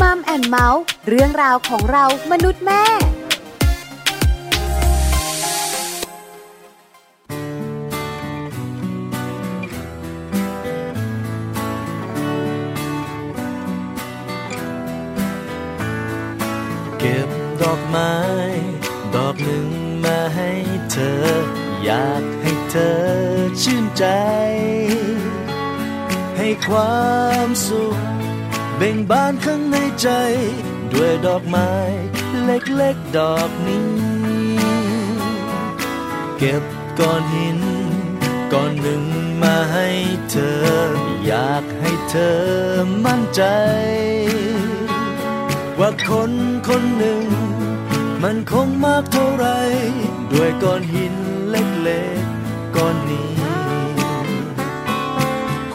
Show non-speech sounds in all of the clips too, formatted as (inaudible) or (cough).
มัมแอนเมาส์เรื่องราวของเรามนุษย์แม่ เก็บดอกไม้ ดอกหนึ่งมาให้เธอ อยากให้เธอชื่นใจ ให้ความสุข เบ่งบานข้างในใจ ด้วยดอกไม้ เล็กๆดอกนี้ เก็บก้อนหินก้อนหนึ่งมาให้เธอ อยากให้เธอมั่นใจ ว่าคนคนหนึ่ง มันคงมากเท่าไร ด้วยก้อนหินเล็กๆก้อนนี้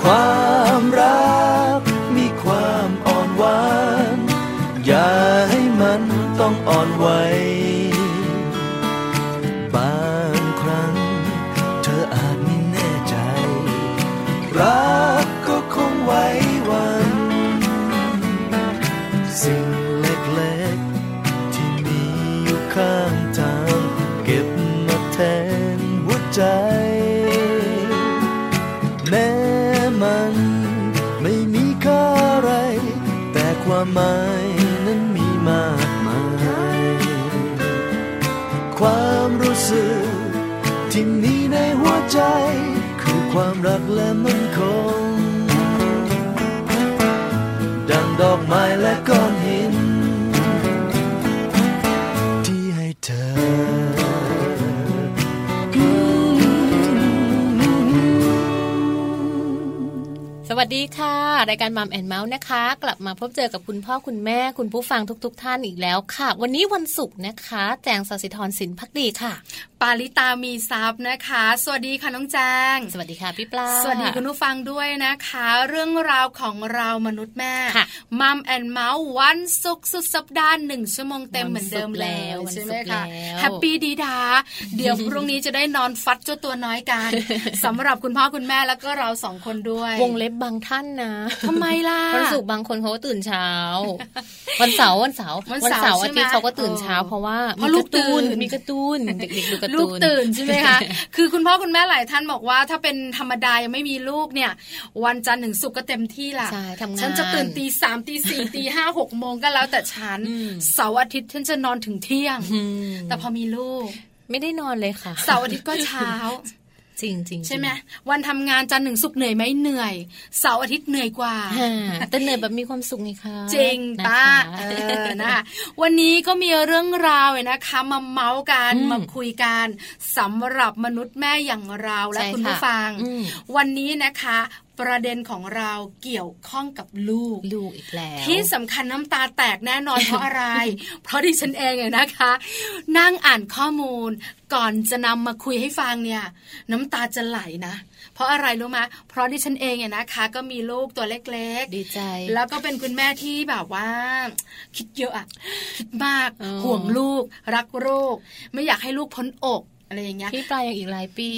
ความรักมีความอ่อนหวาน อย่าให้มันต้องอ่อนไหว บางครั้ง เธออาจไม่แน่ใจ รักก็คงไว้วัน สิ่งเล็กๆ ที่มีอยู่ข้างทาง เก็บมาแทนหัวใจ แม้มันไม่มีค่าอะไร แต่ความหมายนั้นมีมากมาย ความรู้สึกที่มีในหัวใจ คือความรักและมันคง ดังดอกไม้และก้อนหิน ที่ให้เธอ สวัสดีค่ะ รายการมัมแอนเมาส์นะคะ กลับมาพบเจอกับคุณพ่อคุณแม่คุณผู้ฟังทุก ๆ ท่านอีกแล้วค่ะ วันนี้วันศุกร์นะคะ แจงสศิธรสินพักดีค่ะ ปาลิตามีซับนะคะ สวัสดีค่ะน้องแจง สวัสดีค่ะพี่ปลา สวัสดีคุณผู้ฟังด้วยนะคะ เรื่องราวของเรามนุษย์แม่ ค่ะ มัมแอนเมาส์วันศุกร์สุดสัปดาห์หนึ่งชั่วโมงเต็มเหมือนเดิมแล้ว วัน ใช่ ศุก ไหม ร์ คะ แล้ว แฮปปี้ดีดา เดี๋ยวพรุ่งนี้จะได้นอนฟัดเจ้าตัวน้อยกัน (laughs) สำหรับคุณพ่อคุณแม่แล้วก็เราสองคนด้วย งเล็บบางท่านนะ ทำไมล่ะ วันศุกร์บางคนเขาก็ตื่นเช้า วันเสาร์วันเสาร์ วัน วั เสาร์ เสาร์อาทิตใช่ไหย์ม เขาก็ตื่นเช้า เพราะว่า เพ มี ราะลู กาก ร์ตูน ตื่น มีการ์ตูนเด็กๆดูการ์ตูน ลูกตื่นใช่ไหม (laughs) คะ คือคุณพ่อคุณแม่หลายท่านบอกว่า ถ้าเป็นธรรมดายังไม่มีลูกเนี่ย วันจันทร์ถึงศุกร์ก็เต็มที่ล่ะ ใช่ทำงาน ฉันจะตื่นตีสามตีสี่ตีห้าหกโมงก็แล้วแต่ฉัน อืม เสาร์อาทิตย์ฉันจะนอนถึงเที่ยง อืม แต่พอมีลูก ไม่ได้นอนเลยค่ะ เสาร์อาทิตย์ก็เช้า จริงๆจริงๆ ใช่ไหมวันทำงานจันทร์ถึงศุกร์เหนื่อยไหมเหนื่อยเสาร์อาทิตย์เหนื่อยกว่า อ่าแต่เหนื่อยแบบมีความสุขไงคะ จริง น ป้า ค เออนะคะวันนี้ก็มีเรื่องราวเนี่ยนะคะ มาเมาส์กัน อืม มาคุยกันสำหรับมนุษย์แม่อย่างเราและ ใช่ คุณผู้ ค่ะ ฟัง อืม วันนี้นะคะ ประเด็นของเราเกี่ยวข้องกับลูก ลูกอีกแล้ว ที่สำคัญน้ำตาแตกแน่นอน (laughs) เพราะอะไร เพราะดิฉันเองเนี่ยนะคะ นั่งอ่านข้อมูล ก่อนจะนำมาคุยให้ฟังเนี่ย น้ำตาจะไหลนะ เพราะอะไรรู้ไหมเพราะดิฉันเองเนี่ยนะคะ ก็มีลูกตัวเล็กๆ ดีใจ แล้วก็เป็นคุณแม่ที่แบบว่า คิดเยอะอะคิดมาก อ๋อ ห่วงลูก รักลูก ไม่อยากให้ลูกพ้นอกอะไรอย่างเงี้ย พี่ปลายยังอีกหลายปี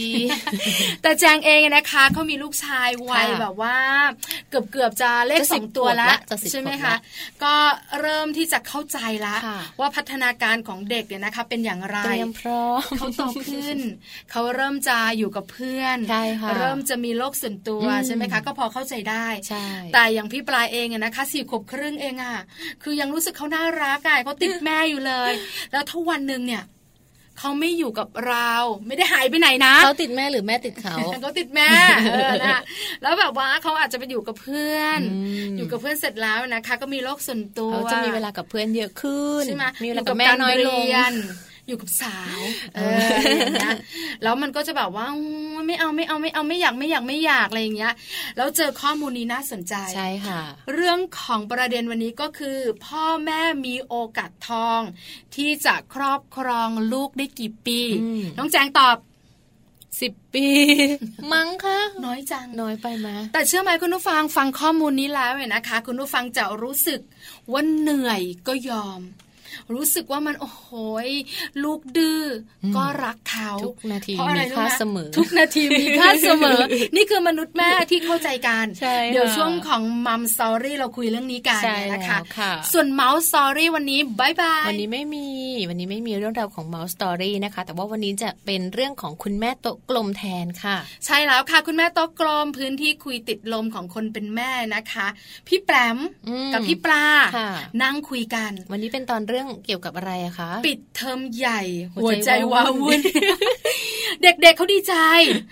แต่แจงเองอะนะคะเขามีลูกชายวัย ค่ะ แบบว่า เกือบเกือบๆจะเลข จะ ส สิ อบ งตัว ขวบ ละ ละจะสิบ ใช่ไหม ขวบ คะ ละ ก็เริ่มที่จะเข้าใจละ ค่ะ ว่าพัฒนาการของเด็กเนี่ยนะคะ เป็นอย่างไร เตรียมพร้อม เขาโตขึ้น เขาเริ่มจะอยู่กับเพื่อน ใช่ค่ะ เริ่มจะมีโลกส่วนตัว อืม ใช่ไหมคะ ก็พอเข้าใจได้ ใช่ แต่อย่างพี่ปลายเองอะนะคะสี่ขวบครึ่งเองอะคือยังรู้สึกเขาน่ารักอะเขาติดแม่อยู่เลย แล้วถ้าวันหนึ่งเนี่ยเขาไม่อยู่กับเรา ไม่ได้หายไปไหนนะ เขาติดแม่หรือแม่ติดเขา เขาติดแม่เออนะแล้วแบบว่าเขาอาจจะไปอยู่กับเพื่อน อืม อยู่กับเพื่อนเสร็จแล้วนะคะ ก็มีโลกส่วนตัว เขาจะมีเวลากับเพื่อนเยอะขึ้น ใช่ไหม มีเว อยู่ลากับแม่น้อยลง เรีนอยู่กับสาวเอออย่างเงี้ยแล้วมันก็จะแบบว่าไม่เอาไม่เอาไม่เอาไม่อยากไม่อยากไม่อยากอะไรอย่างเงี้ยแล้วเจอข้อมูลนี้น่าสนใจ ใช่ค่ะ เรื่องของประเด็นวันนี้ก็คือ พ่อแม่มีโอกาสทอง ที่จะครอบครองลูกได้กี่ปี อืม น้องแจงตอบ สิบปี มั้งคะ น้อยจัง น้อยไปไหมะ แต่เชื่อไหมคุณผู้ฟังฟังข้อมูลนี้แล้วเนี่ยนะคะ คุณผู้ฟังจะรู้สึกว่าเหนื่อยก็ยอม รู้สึกว่ามันโอ้โหยลูกดื้ออ ม ก็รักเขา ทุกนาที เพราะอะ มี ไร ค่า รู้ไห เสมอ ทุกนาทีมีค่าเส (laughs) มอ นี่คือมนุษย์แม่ที่เข้าใจกัน ใช่ เดี๋ยว ค่ะ ช่วงของมัม s อรี่เราคุยเรื่องนี้กัน ใช่ นะ แล้ คะ วค่ะ ส่วนเมาส์ s อรี่วันนี้บายบาย วันนี้ไม่มี วันนี้ไม่มีเรื่องราวของ Mouse Story นะคะ แต่ว่าวันนี้จะเป็นเรื่องของคุณแม่โต๊ะกลมแทนค่ะ ใช่แล้วค่ะ คุณแม่โต๊ะกลมพื้นที่คุยติดลมของคนเป็นแม่นะคะ พี่แปม อืม กับพี่ปลา ค่ะ นั่งคุยกัน วันนี้เป็นตอนเรื่องเกี่ยวกับอะไรอะคะ ปิดเทอมใหญ่ หั หัว ว ใจ ใจ วา ว้าวุ่ วุ่น น เด็กๆเขาดีใจ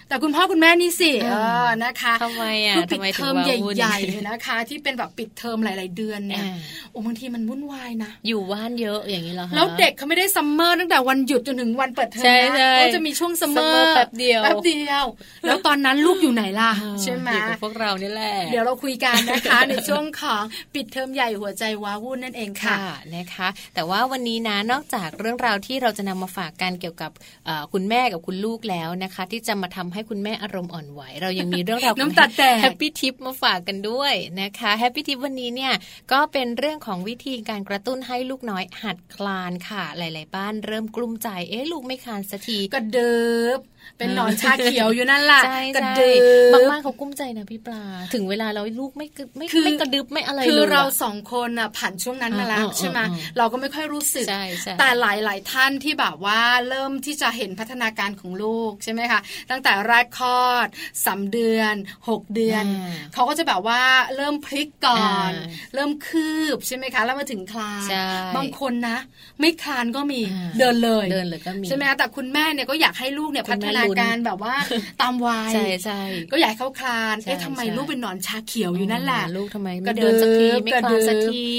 แต่คุณพ่อคุณแม่นี่สิเอ อ่า อนะคะ ทำไมอะ คือปิดทำไมถึ เท ง อม ว่า ใ วุ่น หญ่ๆนะคะ ที่เป็นแบบปิดเทอมหลาย ๆ เดือนเนี่ย อ่า โอ้บางทีมันวุ่นวายนะ (laughs) อยู่ว่านเยอะอย่างนี้เหรอคะ แล้วเด็กเขาไม่ได้ซัมเมอร์ตั้งแต่วันหยุดจนถึงวันเปิดเทอม ใช่ นะ ใช่ เขาจะมีช่วงซัมเมอ ซัมเมอร์ ร์ แป๊บเดียว แป๊บเดียว แล้วตอนนั้นลูกอยู่ไหนล่ะ อ่า ใช่ไหม อยู่กับพวกเรานี่แหละ เดี๋ยวเราคุยกันนะคะ (laughs) ในช่วงของปิดเทอมใหญ่หัวใจว้าวุ่นนั่นเองค่ะ ค่ะนะคะ แต่ว่าวันนี้นะนอกจากเรื่องราวที่เราจะนำมาฝากกันเกี่ยวกับเอ่อคุณแม่กับคุณลูกแล้วนะคะ ที่จะมาทำให้คุณแม่อารมณ์อ่อนไหว เรายังมีเรื่องราวของ น้ำตาแตก แฮปปี้ทิปมาฝากกันด้วยนะคะแฮปปี้ทิปวันนี้เนี่ยก็เป็นเรื่องของวิธีการกระตุ้นให้ลูกน้อยหัดคลานค่ะ หลาย ๆ บ้านเริ่มกลุ้มใจ เอ๊ะลูกไม่คลานสักที ก็เดิบเป็น เออ หนอนชาเขียวอยู่นั่นล่ะ ใช่ ก็ ใช่ เดิ บาง บ บ้านเขากลุ้มใจนะพี่ปลา ถึงเวลาเราลูกไม่กึไม่ คือ ไม่กระดึบไม่อะไร คือ ลยะ เราสองคนน่ะผ่านช่วงนั้นมาแล้ว เออเออเออ ใช่ไหม เออ เราก็ไม่ค่อยรู้สึก ใช่ใช่ แต่หลาย ๆ ท่านที่แบบว่าเริ่มที่จะเห็นพัฒนาการของลูกใช่ไหมคะตั้งแต่แรกคลอดสามเดือนหกเดือน อ่า เขาก็จะแบบว่าเริ่มพลิกก่อน อ่า เริ่มคืบใช่ไหมคะแล้วมาถึงคลาน ใช่ บางคนนะ ไม่คลานก็มี อ่า เดินเลย เดินเลยก็มี ใช่ไหมคะแต่คุณแม่เนี่ยก็อยากให้ลูกเนี่ย คุ พั ณ ฒ แม่ นา ลุ้น การแบบว่า ตามวัย ใช่ใช่ ก็อยากให้เขาคลานเอ๊ะ ใช่ ทำไม ใช่ ลูกเป็นหนอนชาเขียวอยู่นั่นแหละ ลูกทำไม ก ไม่ ระดึ๊ เดิน บ สักทีไม่คลานสัก กระดึ๊บ ที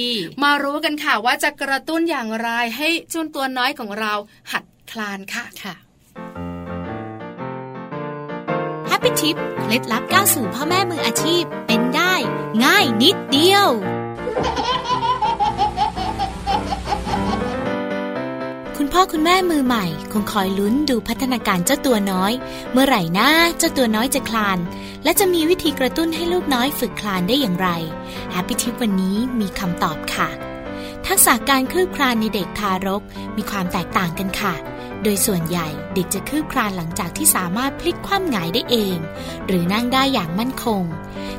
มารู้กันค่ะว่าจะกระตุ้นอย่างไรให้เจานตัวน้อยของเราหัดคลานค่ะ ค่ะ แฮปปี้ทิปเคล็ดลับก้าวสู่พ่อแม่มืออาชีพเป็นได้ ง่ายนิดเดียว คุณพ่อคุณแม่มือใหม่ คงคอยลุ้นดูพัฒนาการเจ้าตัวน้อย เมื่อไหร่นะเจ้าตัวน้อยจะคลาน และจะมีวิธีกระตุ้นให้ลูกน้อยฝึกคลานได้อย่างไรแฮปปี้ทิปวันนี้มีคำตอบค่ะ ทักษะการคืบคลานในเด็กทารกมีความแตกต่างกันค่ะ โดยส่วนใหญ่เด็กจะคืบคลานหลังจากที่สามารถพลิกคว่ำหงายได้เอง หรือนั่งได้อย่างมั่นคง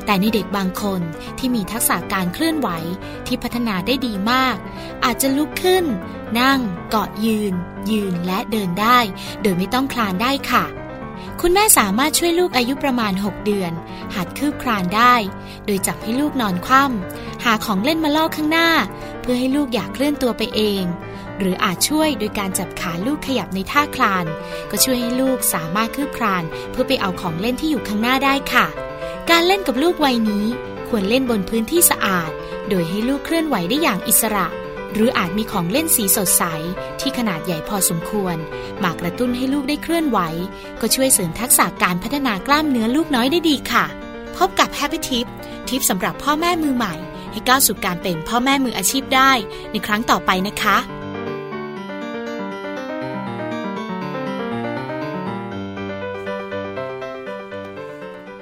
แต่ในเด็กบางคนที่มีทักษะการเคลื่อนไหวที่พัฒนาได้ดีมาก อาจจะลุกขึ้น นั่ง เกาะยืน ยืนและเดินได้ โดยไม่ต้องคลานได้ค่ะ คุณแม่สามารถช่วยลูกอายุประมาณ 6 เดือน หัดคืบคลานได้ โดยจับให้ลูกนอนคว่ำหาของเล่นมาล่อข้างหน้า เพื่อให้ลูกอยากเคลื่อนตัวไปเอง หรืออาจช่วยโดยการจับขาลูกขยับในท่าคลาน ก็ช่วยให้ลูกสามารถคืบคลาน เพื่อไปเอาของเล่นที่อยู่ข้างหน้าได้ค่ะ การเล่นกับลูกวัยนี้ ควรเล่นบนพื้นที่สะอาด โดยให้ลูกเคลื่อนไหวได้อย่างอิสระ หรืออาจมีของเล่นสีสดใส ที่ขนาดใหญ่พอสมควร มากระตุ้นให้ลูกได้เคลื่อนไหว ก็ช่วยเสริมทักษะการพัฒนากล้ามเนื้อลูกน้อยได้ดีค่ะ พบกับ Happy Tip ทิปสำหรับพ่อแม่มือใหม่ ให้ก้าวสู่การเป็นพ่อแม่มืออาชีพได้ ในครั้งต่อไปนะคะ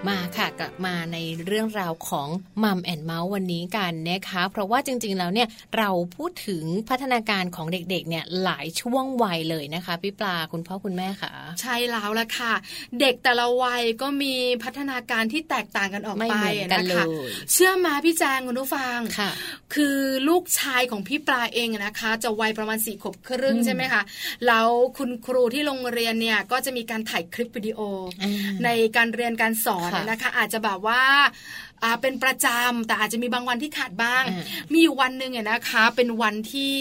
มาค่ะกลับมาในเรื่องราวของมัมแอนเมาส์วันนี้กันนะคะ เพราะว่าจริง ๆ แล้วเนี่ยเราพูดถึงพัฒนาการของเด็กๆ เนี่ยหลายช่วงวัยเลยนะคะพี่ปลาคุณพ่อคุณแม่ค่ะ ใช่แล้วละค่ะ เด็กแต่ละวัยก็มีพัฒนาการที่แตกต่างกันออก ไม่ ไป เหมือนกันเล คะ ย เชื่อมาพี่แจงคุณผู้ฟัง ค่ะ คือลูกชายของพี่ปลาเองอะนะคะ จะวัยประมาณสี่ขวบครึ่ง อืม ใช่ไหมคะแล้วคุณครูที่โรงเรียนเนี่ยก็จะมีการถ่ายคลิปวิดีโอ อ่า ในการเรียนการสอน ค่ะ นะคะ อาจจะแบบว่าอ่าเป็นประจำแต่อาจจะมีบางวันที่ขาดบ้าง อ่า มีอยู่วันหนึ่งอะนะคะ เป็นวันที่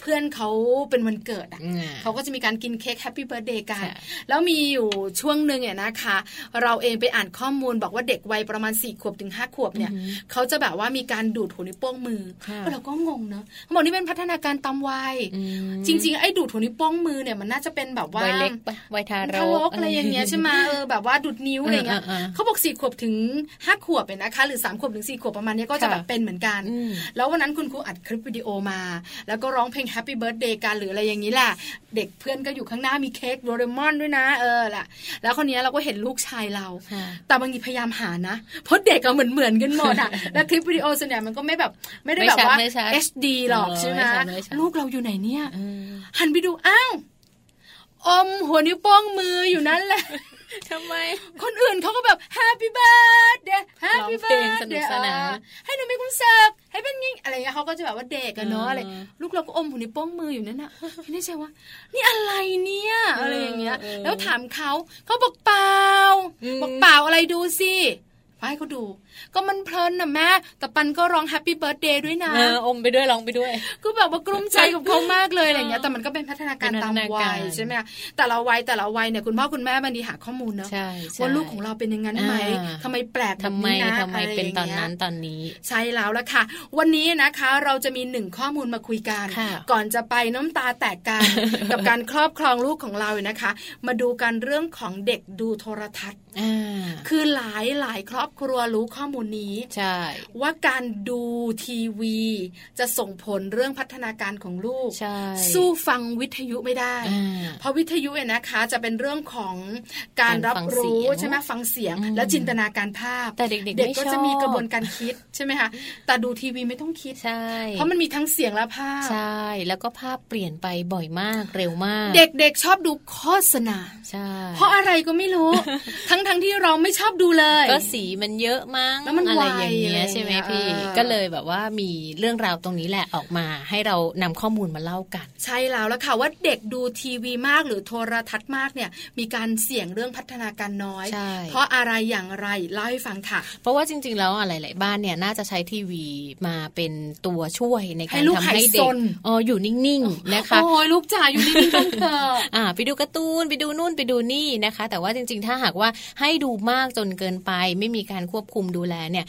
เพื่อนเขาเป็นวันเกิดอะ อืม เขาก็จะมีการกินเค้กแฮปปี้เบิร์ดเดย์กัน ค่ะ แล้วมีอยู่ช่วงหนึ่งเนี่ยนะคะ เราเองไปอ่านข้อมูลบอกว่าเด็กวัยประมาณ4ี่ขวบถึง5้าขวบเนี่ย อือหือ เขาจะแบบว่ามีการดูดหัวนิ้วโป้งมือ ค่ะ เราก็งงเนอะเขาบอกนี่เป็นพัฒนาการตามวัย อืม จริง ๆ ไอ้ดูดหัวนิ้วโป้งมือเนี่ยมันน่าจะเป็นแบบว่า วัยเล็กปะวัยทาร ทาร ก กอะไรอย่างเงี้ยใช่ไหมเออแบบว่าดูดนิ้วอะไรเงี้ย เออเออเออ เขาบอกสี่ขวบถึงห้าขวบเน นะคะ หรือ3ามขวบถึงสี่ขวบประมาณเนี้ยก็จะแบบเป็นเหมือนกัน อืม แล้ววันนั้นคุณครูอัดคลิปวิดีโอมา แล้วก็ร้องเพลง Happy Birthday กันหรืออะไรอย่างนี้แหละเด็กเพื่อนก็อยู่ข้างหน้ามีเค้กโดเรมอนด้วยนะเออล่ะ แล้วคนนี้ยเราก็เห็นลูกชายเรา ค่ะ แต่บางทีพยายามหานะเพราะเด็กอะเหมือนเหมือนๆกันหมด (laughs) อะ แล้วคลิปวิดีโอส่วนใหญ่มันก็ไม่แบบไม่ได้แบบว่า ไม่ชัดไม่ชัด HD หรอก เออ ใช่ไหม ไม่ชัดไม่ชัด ลูกเราอยู่ไหนเนี่ย อืม หันไปดูอ้าวอมหัวนิ้วโป้งมืออยู่นั่น (laughs) แหละ ทำไม คนอื่นเขาก็แบบ Happy Birthday ร้อง Happy เพลงสนุก Birthday สนาน อ่าให้หนูมีความสุขให้เป็นยิ่งอะไรเงี้ยเขาก็จะแบบว่าเด็กกันเนาะ เอออ อะไรลูกเราก็อมหัวนิ้วโป้งมืออยู่นั่นอะพี่นี่ใช่ว่า นี่อะไรเนี่ย เออ อะไรอย่างเงี้ย เออ แล้วถามเขาเขาบอกเปล่า อืม บอกเปล่าอะไรดูสิไปให้เขาดู ก็มันเพลินนะแม่แต่ปันก็ร้อง Happy Birthday ด้วยนะ เอออมไปด้วยร้องไปด้วย ก็แบบว่ากลุ้มใจกับเขามากเลยอะไรเงี้ย เออ แต่มันก็เป็นพัฒนาการ เป็นพั ตาม ฒนา วั การ ยใช่ไหมคะแต่ละวัยแต่ละวัยเนี่ยคุณพ่อคุณแม่บางทีหาข้อมูลเนอะ ใช่ใช่ ว่าลูกของเราเป็นอยังไงไหม อ่า ทำไมแปลกแบบ ทำไม นี้นะ ทำไม ะร เป็นตอนนั้น ย่างเงี้ย ตอนนี้ ใช่แล้วละค่ะ วันนี้นะคะเราจะมีหนึ่งข้อมูลมาคุยกัน ค่ะ ก่อนจะไปน้ำตาแตกกัน (laughs) กับการครอบครองลูกของเราเนี่ยนะคะ มาดูกันเรื่องของเด็กดูโทรทัศน์ อ่า คือหลายหลายๆครอบครัวรู้ข้อมูลนี้ ใช่ ว่าการดูทีวี จะส่งผลเรื่องพัฒนาการของลูก ใช่ สู้ฟังวิทยุไม่ได้ อ่า เพราะวิทยุเนี่ยนะคะ จะเป็นเรื่องของการ การ รับ ฟังเสียง รู้ใช่ไหมฟังเสียง อืม และจินตนาการภาพ แต่เด็กๆ เด็ก ไม่ ก็ ชอบ จะมีกระบวนการคิดใช่ไหมคะแต่ดูทีวีไม่ต้องคิด ใช่ เพราะมันมีทั้งเสียงและภาพ ใช่แล้วก็ภาพเปลี่ยนไปบ่อยมากเร็วมาก เด็กๆชอบดูโฆษณา ใช่ เพราะอะไรก็ไม่รู้ (laughs) ทั้งๆที่เราไม่ชอบดูเลย ก็สีมันเยอะมั้ง แล้วมัน อะไรอย่าง ไวอะไรเงี้ย อย่างเงี้ย ใช่ไหมพี่ เออ ก็เลยแบบว่ามีเรื่องราวตรงนี้แหละออกมา ให้เรานำข้อมูลมาเล่ากัน ใช่แล้วละค่ะว่าเด็กดูทีวีมากหรือโทรทัศน์มากเนี่ย มีการเสี่ยงเรื่องพัฒนาการน้อย ใช่ เพราะอะไรอย่างไรเล่าให้ฟังค่ะ เพราะว่าจริง ๆ แล้วอะหลาย ๆ บ้านเนี่ยน่าจะใช้ทีวีมาเป็นตัวช่วยในกา ให้ ร ลูก ทำ หาย ให้เด็ ซ ก น เอออยู่นิ่ง ๆ นะคะ โอ้ยลูกจ๋าอยู่นิ่งๆบ้างเถอะ (laughs) อ่าไปดูการ์ตูนไปดูนู่นไปดูนี่นะคะ แต่ว่าจริงๆ ถ้าหากว่าให้ดูมากจนเกินไป ไม่มีการควบคุมดูแลเนี่ย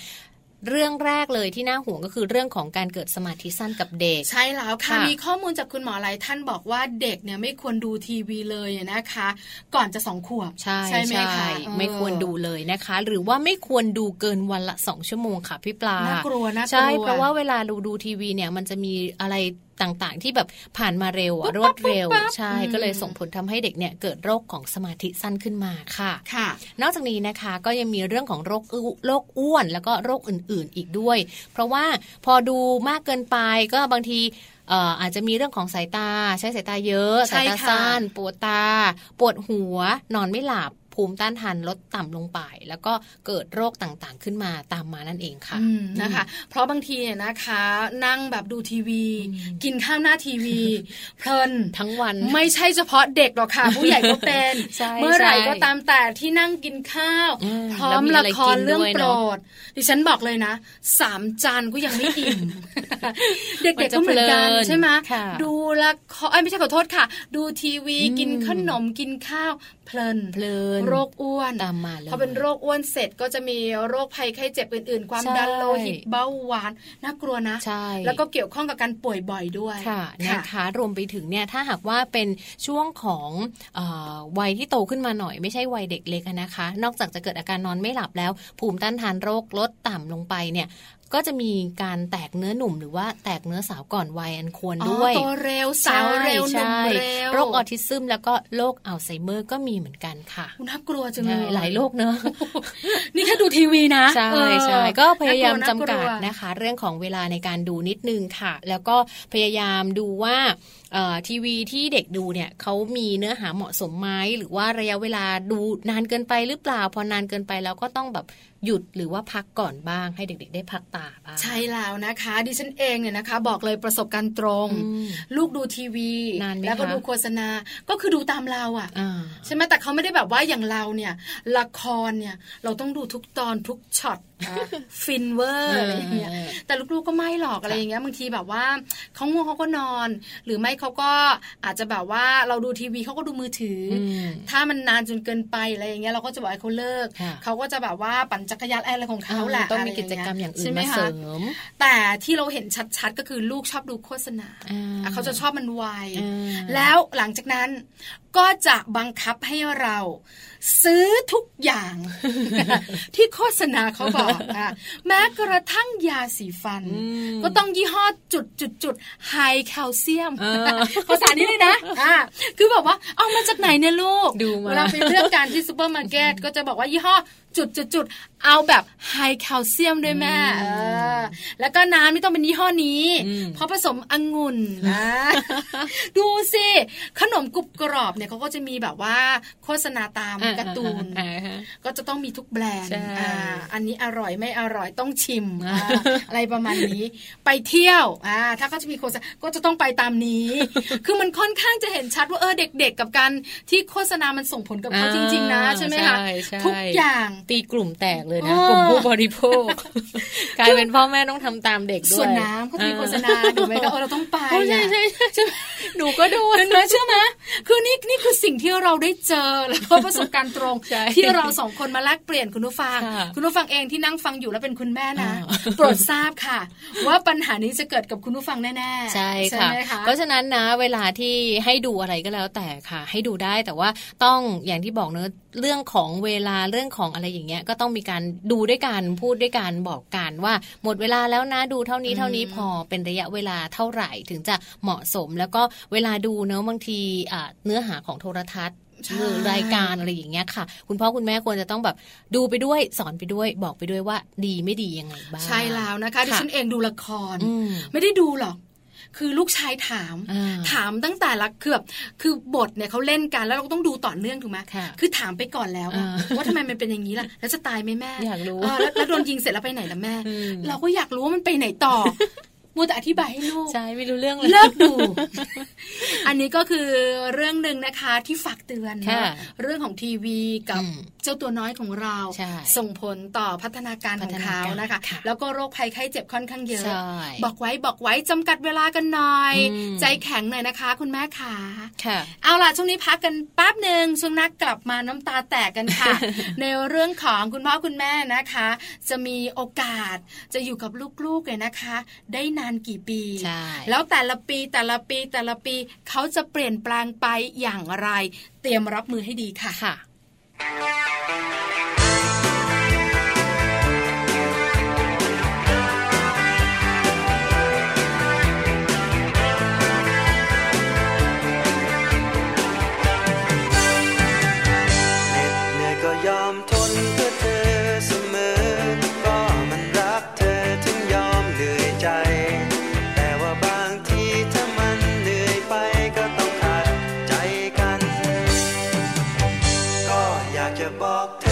เรื่องแรกเลยที่น่าห่วงก็คือเรื่องของการเกิดสมาธิสั้นกับเด็ก ใช่แล้วค่ะ ค่ะ มีข้อมูลจากคุณหมอหลายท่านบอกว่าเด็กเนี่ยไม่ควรดูทีวีเลยนะคะ ก่อนจะสองขวบ ใช่ ไหมคะเออ ไม่ควรดูเลยนะคะ หรือว่าไม่ควรดูเกินวันละสองชั่วโมงค่ะพี่ปลา น่ากลัวน่ากลัว ใช่ เพราะว่าเวลาเราดูทีวีเนี่ยมันจะมีอะไรต่างๆ ที่แบบผ่านมาเร็วอะรวดเร็ว ปุ๊บปั๊บ ใช่ อืม ก็เลยส่งผลทำให้เด็กเนี่ยเกิดโรคของสมาธิสั้นขึ้นมาค่ะ ค่ะ นอกจากนี้นะคะก็ยังมีเรื่องของโรคอ้วโรคอ้วนแล้วก็โรคอื่นๆอีกด้วย เพราะว่าพอดูมากเกินไปก็บางทีเอ่ออาจจะมีเรื่องของสายตา ใช้สายตาเยอะ ใช่ สายตา ค่ะ สั้นปวดตา ปวดหัว นอนไม่หลับภูมิต้านทานลดต่ำลงไป แล้วก็เกิดโรคต่างๆขึ้นมาตามมานั่นเองค่ะ อืมนะคะ เพราะบางทีเนี่ยนะคะ นั่งแบบดูทีวี กินข้าวหน้าทีวี เพลิน ทั้งวัน ไม่ใช่เฉพาะเด็กหรอกค่ะ ผู้ใหญ่ก็เป็น ใช่ เมื่อไหร่ ใช่ ก็ตามแต่ที่นั่งกินข้าว อืม พร้อ แล้ว ม มี ละ อะไร ค กิ ร น เรื่อง ด้วย โปร เนอะ ด ดิฉันบอกเลยนะสามจานก็ยังไม่อิ่ (laughs) ม เด็ก มั ๆ นจะ ก็เหมือนกัน เพลิน ใช่ไหม ค่ะ ดูละครเอ้ยไม่ใช่ขอโทษค่ะ ดูทีวี อืม กินขนมกินข้าว เพลิน เพลิน โรคอ้วน ตามมาเลย พอเป็นโรคอ้วนเสร็จก็จะมีโรคภัยไข้เจ็บอื่นๆ ความ ใช่ ดันโลหิตเบาหวานน่ากลัวนะ ใช่ แล้วก็เกี่ยวข้องกับการป่วยบ่อยด้วย ค่ะนะคะรวมไปถึงเนี่ยถ้าหากว่าเป็นช่วงของเออวัยที่โตขึ้นมาหน่อยไม่ใช่วัยเด็กเล็กอะนะคะ นอกจากจะเกิดอาการนอนไม่หลับแล้ว ภูมิต้านทานโรคลดต่ำลงไปเนี่ยก็จะมีการแตกเนื้อหนุ่มหรือว่าแตกเนื้อสาวก่อนวัยอันควรด้วย อ๋อโตเร็วสาวเร็วหนุ่มเร็ว โรคออทิซึมแล้วก็โรคอัลไซเมอร์ก็มีเหมือนกันค่ะ อุ๊ยน่ากลัวจังเล ใช่ ย หลายโรคเนอะ นี่แค่ดูทีวีนะ ใช่ เออ ใช่ก็พยายามจำกัด น่ากลัว นะคะ เรื่องของเวลาในการดูนิดนึงค่ะ แล้วก็พยายามดูว่าเอ่อทีวีที่เด็กดูเนี่ยเขามีเนื้อหาเหมาะสมไหมหรือว่าระยะเวลาดูนานเกินไปหรือเปล่า พอนานเกินไปแล้วก็ต้องแบบหยุดหรือว่าพักก่อนบ้างให้เด็ก ๆ ได้พักตาบ้าง ใช่แล้วนะคะ ดิฉันเองเนี่ยนะคะ บอกเลยประสบการณ์ตรง อืม ลูกดูทีวี นานไหม แล้วก็ คะ ดูโฆษณาก็คือดูตามเราอะ อ่า ใช่ไหมแต่เขาไม่ได้แบบว่าอย่างเราเนี่ย ละครเนี่ย เราต้องดูทุกตอนทุกช็อต (laughs) ฟินเวอร์อะไรอย่างเงี้ย แต่ลูกๆก็ไม่หรอกอะไรอย่างเงี้ยบางทีแบบว่าเขาง่วงเขาก็นอน หรือไม่เขาก็อาจจะแบบว่าเราดูทีวีเขาก็ดูมือถืออ ม ถ้ามันนานจนเกินไปอะไรอย่างเงี้ยเราก็จะบอกให้เขาเลิก ค่ะ เขาก็จะแบบว่าปั่นจักรยานอะไรของเขาแห อ่ ละ ต้องมี ะไร กิจกรรมอย่างอื่ ใช่ น ไห มาเสริ คะ ม แต่ที่เราเห็นชัดๆก็คือลูกชอบดูโฆษณา อ่ อ่ะเขาจะชอบมันไว อ่า แล้วหลังจากนั้น ก็จะบังคับให้เรา ซื้อทุกอย่าง (laughs) ที่โฆษณาเขาบอกค่ะแม้กระทั่งยาสีฟัน ก็ต้องยี่ห้อจุดจุดจุดไฮแคลเซียม เออ ภาษานี้เลยนะอ่าคือแบบว่าเอามาจากไหนเนี่ยลูก ดูมา เวลาไปเลือกการที่ซูเปอร์มาร์เก็ตก็จะบอกว่ายี่ห้อจุดจุดจุดเอาแบบไฮแคลเซียมด้วยแม่เออแล้วก็น้ำไม่ต้องเป็นยี่ห้อนี้ เพราะผสมองุ่นนะ (laughs) ดูสิ ขนมกรุบกรอบเนี่ยเขาก็จะมีแบบว่าโฆษณาตามการ์ตูน อ่าฮะ ก็จะต้องมีทุกแบรนด์ ใช่ อ่าอันนี้อร่อยไม่อร่อยต้องชิ (laughs) ม อ่า อ่าอะไรประมาณนี้ ไปเที่ยวอ่าถ้าเขาจะมีโฆษณาก็จะต้องไปตามนี้ (laughs) คือมันค่อนข้างจะเห็นชัดว่าเออเด็กๆ กับการที่โฆษณามันส่งผลกับเขาจริง ๆ นะ ใช่ไหมคะ ใช่ใช่ ทุกอย่าง ตีกลุ่มแตกเลย เอ นะ อ กลุ่มผู้บริโภค (laughs) กลายเป็นพ่อแม่ต้องทำตามเด็กด้วย ส่วนน้ำก็จะมีโฆษณาถูกไหม (laughs) คะเออเราต้องไป โอ้ใช่ อะ ใช่ใช่ใช่หนูก็โดน เห็นไหมเชื่อไหมคือนี่นี่คือสิ่งที่เราได้เจอแล้วก็ประสบการณ์ตรง ใช่ ที่เราสองคนมาแลกเปลี่ยนคุณผู้ฟัง ค่ะ คุณผู้ฟังเองที่นั่งฟังอยู่แล้วเป็นคุณแม่นะ อ่า โปรดทราบค่ะ ว่าปัญหานี้จะเกิดกับคุณผู้ฟังแน่ๆ ใช่ ใช่ ค่ะ ไหมคะ เพราะฉะนั้นนะเวลาที่ให้ดูอะไรก็แล้วแต่ค่ะ ให้ดูได้แต่ว่าต้องอย่างที่บอกเนอะเรื่องของเวลาเรื่องของอะไรอย่างเงี้ยก็ต้องมีการดูด้วยกันพูดด้วยกันบอกกันว่า หมดเวลาแล้วนะดูเท่านี้เท่านี้พอเป็นระยะเวลาเท่าไหร่ถึงจะเหมาะสม แล้วก็เวลาดูเนอะบางทีอ่าเนื้อหาของโทรทัศน์ ใช่ หรือรายการอะไรอย่างเงี้ยค่ะ คุณพ่อคุณแม่ควรจะต้องแบบดูไปด้วยสอนไปด้วย บอกไปด้วยว่าดีไม่ดียังไงบ้าง ใช่แล้วนะคะดิฉันเองดูละคร อืม ไม่ได้ดูหรอก คือลูกชายถาม อ่า ถามตั้งแต่ละคือแบบคือบทเนี่ยเขาเล่นกันแล้วเราก็ต้องดูต่อเนื่องถูกไหม ค่ะ คือถามไปก่อนแล้วอะ อ่า ว่าทำไมมันเป็นอย่างนี้ล่ะ แล้วจะตายไหมแม่ อยากรู้ เออแล้วแล้วโดนยิงเสร็จแล้วไปไหนล่ะแม่ อืม เราก็อยากรู้ว่ามันไปไหน (laughs) ต่อ มัวแต่อธิบายให้ลูก ใช่ไม่รู้เรื่องเลย เลิกดู อันนี้ก็คือเรื่องหนึ่งนะคะที่ฝากเตือนนะ ค่ะ เรื่องของทีวีกับ อืม เจ้าตัวน้อยของเรา ใช่ ส่งผลต่อพัฒนาการของเขา พัฒนาการ นะคะ ค่ะ แล้วก็โรคภัยไข้เจ็บค่อนข้างเยอะ ใช่ บอกไว้บอกไว้จำกัดเวลากันหน่อย อืม ใจแข็งหน่อยนะคะ คุณแม่ขา ค่ะ เอาล่ะช่วงนี้พักกันแป๊บหนึ่งช่วงหนักกลับมาน้ำตาแตกกัน (laughs) ค่ะ ในเรื่องของคุณพ่อคุณแม่นะคะ จะมีโอกาสจะอยู่กับลูกๆเลยนะคะ ได้นานกี่ปี ใช่ แล้วแต่ละปีแต่ละปีแต่ละปีเขาจะเปลี่ยนแปลงไปอย่างไร เตรียมรับมือให้ดีค่ะ ค่ะ เหน็ดเหนื่อยก็ยอมทนเพื่อเธอเสมอ ก็มันรักเธอถึงยอมเหนื่อยใจ แต่ว่าบางทีถ้ามันเหนื่อยไปก็ต้องขาดใจกัน ก็อยากจะบอกเธอ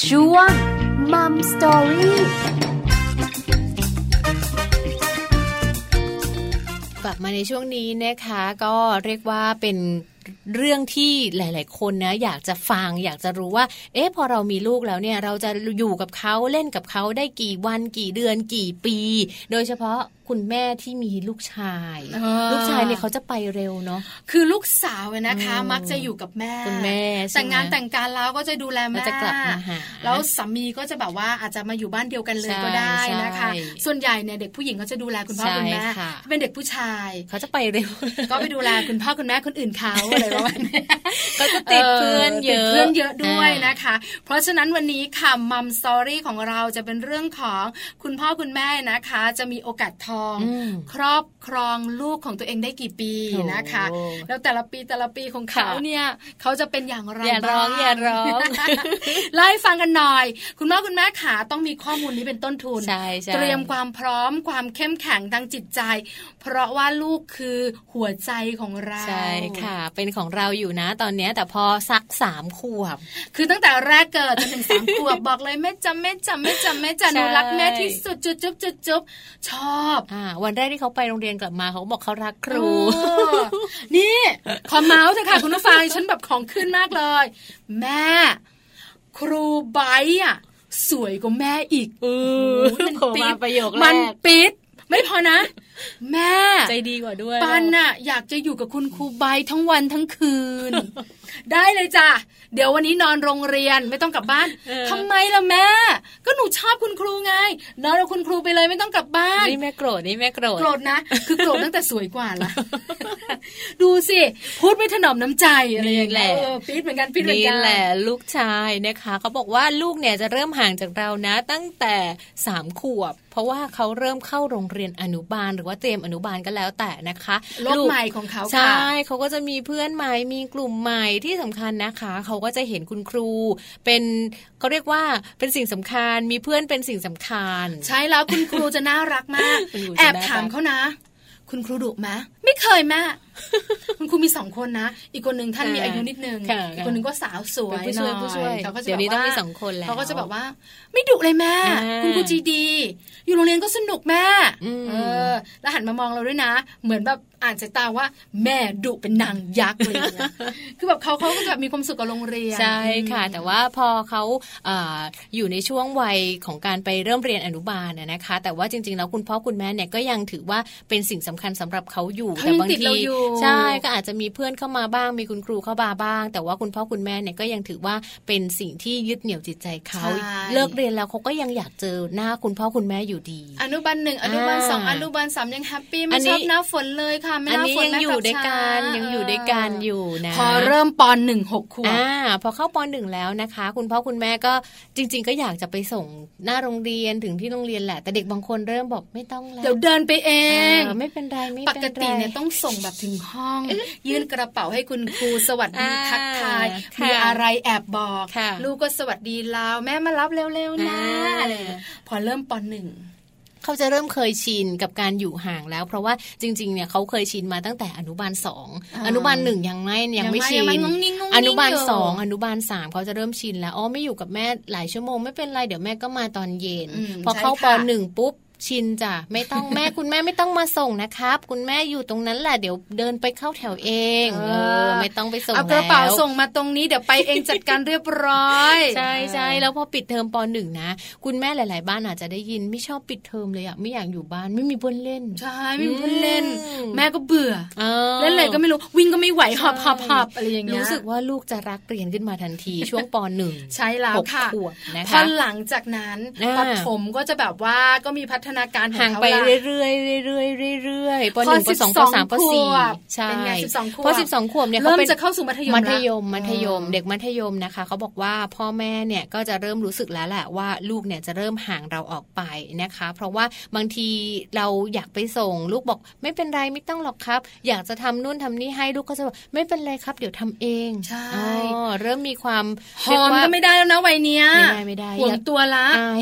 มสตอรี่ กลับมาในช่วงนี้นะคะก็เรียกว่าเป็นเรื่องที่หลาย ๆ คนนะอยากจะฟังอยากจะรู้ว่า เอ๊ะพอเรามีลูกแล้วเนี่ยเราจะอยู่กับเขาเล่นกับเขาได้กี่วันกี่เดือนกี่ปี โดยเฉพาะคุณแม่ที่มีลูกชาย อ่า ลูกชายเนี่ยเขาจะไปเร็วเนาะ คือลูกสาวอะนะคะ อืม มักจะอยู่กับแม่ คุณแม่ใช่ไหม แต่งงานแต่งการแล้วก็จะดูแล มั แม่ นจะกลับมาหา แล้วสามีก็จะแบบว่าอาจจะมาอยู่บ้านเดียวกันเลย ใช่ ก็ได้นะคะ ใช่ ส่วนใหญ่เนี่ยเด็กผู้หญิงก็จะดูแลคุณพ่อ ใช่ คุณแม่ ค่ะ ถ้าเป็นเด็กผู้ชาย เขาจะไปเร็ว ก็ไปดูแลคุณพ่อคุณแม่คนอื่นเขาอะไรประมาณนี้ ก็จะติดเพื่อนเย ติด อะ เพื่อนเยอะด้วย อ่าน นะคะ เพราะฉะนั้นวันนี้ค่ะมัมสตอรี่ของเราจะเป็นเรื่องของคุณพ่อคุณแม่นะคะ จะมีโอกาสทอง อืม ครอบครองลูกของตัวเองได้กี่ปีนะคะ โอ้ แล้วแต่ละปีแต่ละปีของเขา ค่ะ เนี่ยเขาจะเป็นอย่างไร อย่าร้อง บ้ อย่าร้อง (laughs) เล่าให้ฟังกันหน่อย คุณพ่อคุณแม่ขาต้องมีข้อมูลนี้เป็นต้นทุน ใช่ใช่ เตรียมความพร้อมความเข้มแข็งทางจิตใจ เพราะว่าลูกคือหัวใจของเรา ใช่ค่ะ เป็นของเราอยู่นะตอนเนี้ยแต่พอสักสามขวบ คือตั้งแต่แรกเกิดจนถึงสาม ขวบบอกเลยแม่จำแม่จำแม่จำแม่จำหนู ใช่ รักแม่ที่สุดจุ๊บจุ๊บจุ๊บจุ๊บชอบ อ่าวันแรกที่เขาไปโรงเรียนกลับมาเขาก็บอกเขารักครู เออนี่ขอเมาส์เถอะค่ะคุณผู้ฟังฉันแบบของขึ้นมากเลย แม่ ครูไบร์ทอะสวยกว่าแม่อีก เออ โอ้โหมัน ผมมา ปิ๊ด ประโยคแร มัน ก ปิด ไม่พอนะ แม่ ใจดีกว่าด้วย ปันน่ะ อยากจะอยู่กับคุณครูใบทั้งวันทั้งคืน ได้เลยจ้ะ เดี๋ยววันนี้นอนโรงเรียนไม่ต้องกลับบ้านทำไมล่ะแม่ ก็หนูชอบคุณครูไง นอนกับคุณครูไปเลยไม่ต้องกลับบ้าน นี่แม่โกรธนี่แม่โกรธ โกรธ (laughs) นะ คือโกรธตั้งแต่สวยกว่าละ (laughs) ดูสิ พูดไม่ถนอมน้ำใจอะไรอย่าง นี่แห เงี้ ละ ยเออปิดเหมือนกันปิดเหมือน นี่ กัน แหละลูกชายนะคะเขาบอกว่าลูกเนี่ยจะเริ่มห่างจากเรานะ ตั้งแต่สามขวบ เพราะว่าเขาเริ่มเข้าโรงเรียนอนุบาล หรือว่าเตรียมอนุบาลก็แล้วแต่นะคะ โลก ลูก ใหม่ของเขา ใช ค่ะ ่เขาก็จะมีเพื่อนใหม่มีกลุ่มใหม่ที่สำคัญนะคะ เขาก็จะเห็นคุณครู เป็นเขาเรียกว่าเป็นสิ่งสำคัญ มีเพื่อนเป็นสิ่งสำคัญ ใช่แล้วคุณครูจะน่ารักมาก คุณครูจะ แอบ น่ารัก ถามเขานะ คุณครูดุไหมไม่เคยแม่ คุณครูมีสองคนนะ อีกคนหนึ่งท่านมีอายุนิดนึง ค่ะ อีกคนหนึ่งก็สาวสวย เป็นหผู้ช่ น่ วอยย ผู้ช่วย เขาก็จะ เดี๋ยวนี้ บ ต้ บ องมีสองคนแล้ว เขาก็จะบอกว่า ไม่ดุเลยแม่ อ่า คุณครูจีดี อยู่โรงเรียนก็สนุกแม่ อืม เออ แล้วหันมามองเราด้วยนะ เหมือนแบบอ่านสายตาว่า แม่ดุเป็นนางยักษ์เลยางเงี้ (laughs) ยคือแบบเขาเขาก็จะแบบมีความสุขกับโรงเรียน ใช่ค่ะ แต่ว่าพอเขาเอออยู่ในช่วงวัยของการไปเริ่มเรียนอนุบาลน่ะนะคะ แต่ว่าจริงๆแล้วคุณพ่อคุณแม่เนี่ยก็ยังถือว่าเป็นสิ่งสำคัญสำหรับเขาอยู่ เขา แต่ ยัง บาง ติด ที เราอยู่ ใช่ก็อาจจะมีเพื่อนเข้ามาบ้างมีคุณครูเข้ามาบ้าง แต่ว่าคุณพ่อคุณแม่เนี่ยก็ยังถือว่าเป็นสิ่งที่ยึดเหนี่ยวจิตใจเขา ใช่ เลิกเรียนแล้วเขาก็ยังอยากเจอหน้าคุณพ่อคุณแม่อยู่ดี อนุบาลหนึ่งอนุบาลสอง อ่า อนุบาลสามยังแฮปปี้ อั ไม่ นนี้ ชอบหน้าฝนเลยค่ะ ไม่ อัน หน้า นี้ ฝน ยัง แม่ อก ลั ยู่ บ ด้วย ช้า กันยังอยู่ด้วยกันอยู่นะ พอเริ่มปอนหนึ่งหกขวบ อ่าพอเข้าปหนึ่งแล้วนะคะ คุณพ่อคุณแม่ก็จริง ๆ ก็อยากจะไปส่งหน้าโรงเรียนถึงที่โรงเรียนแหละ แต่เด็กบางคนเริ่มบอกไม่ต้องแล้ว เดี๋ยวเดินไปเอง อ่าไม่เป็นไรไม่ ป เป็นไร กติเนี่ยต้องส่งแบบถึงห้อง ยื่นกระเป๋าให้คุณครูสวัสดี อ่า ทักทาย ค่ะ มีอะไรแอบบอก ค่ะ ลูกก็สวัสดีเราแม่มารับเร็วๆนะ อ่า อะไรอย่างเงี้ยพอเริ่มปอนหนึ่ง เขาจะเริ่มเคยชินกับการอยู่ห่างแล้ว เพราะว่าจริงๆเนี่ยเขาเคยชินมาตั้งแต่อนุบาลสอง อ่า อนุบาลหนึ่งยังไม่ยังไม่ชิ ยังไม่ น งุ้งงิ้งงุ้งงิ้ง อนุบาล อยู่ สองอนุบาลสามเขาจะเริ่มชินแล้วอ๋อไม่อยู่กับแม่หลายชั่วโมงไม่เป็นไรเดี๋ยวแม่ก็มาตอนเย็น ม พอเข้าป ใช่ค่ะ หนึ่งปุ๊บชินจ้ะไม่ต้องแม่ คุณแม่ไม่ต้องมาส่งนะครับ คุณแม่อยู่ตรงนั้นแหละเดี๋ยวเดินไปเข้าแถวเองเออไม่ต้องไปส่ง เอากระเป๋า แล้ว ส่งมาตรงนี้เดี๋ยวไปเองจัดการเรียบร้อย ใช่ใช่แล้วพอปิดเทอมปหนึ่งนะ คุณแม่หลาย ๆ บ้านอาจจะได้ยินไม่ชอบปิดเทอมเลยอะไม่อยากอยู่บ้านไม่มีเพื่อนเล่น ใช่ไม่มีเพื่อนเล่น อืม แม่ก็เบื่อ เออ เล่นอะไรก็ไม่รู้วิ่งก็ไม่ไหวหอบหอบหอบอะไรอย่างเงี้ย รู้สึกว่าลูกจะรักเรียนขึ้นมาทันที ช่วงปหนึ่ง ใช่แล้ว หก ค่ะ ขวบนะ พอ คะ หลังจากนั้น อ่า ปฐมก็จะแบบว่าก็มีพัฒนาการของ ห่าง เขา ไป ละ เรื่อยๆเรื่อยๆเรื่อยๆป พ ห อ นึ่งปสองปสามปสี่ ขวบ ใช่ เป็นไง12ขวบ พอสิบสองขวบเนี่ย เริ่ เขา ม เป็น จะเข้าสู่มัธยม มัธ ละ ยม มัธยม ออ เด็กมัธยมนะคะเขาบอกว่าพ่อแม่เนี่ยก็จะเริ่มรู้สึกแล้วแหละว่าลูกเนี่ยจะเริ่มห่างเราออกไปนะคะ เพราะว่าบางทีเราอยากไปส่ง ลูกบอกไม่เป็นไรไม่ต้องหรอกครับ อยากจะทำนู่นทำนี่ให้ลูกก็จะบอกไม่เป็นไรครับ เดี๋ยวทำเอง ใช่ อ๋อเริ่มมีความ หอม เรียว่า ก็ไม่ได้แล้วนะวัยเนี้ย ไม่ได้ไม่ได้ ห่วง อยาก ตัวละ อาย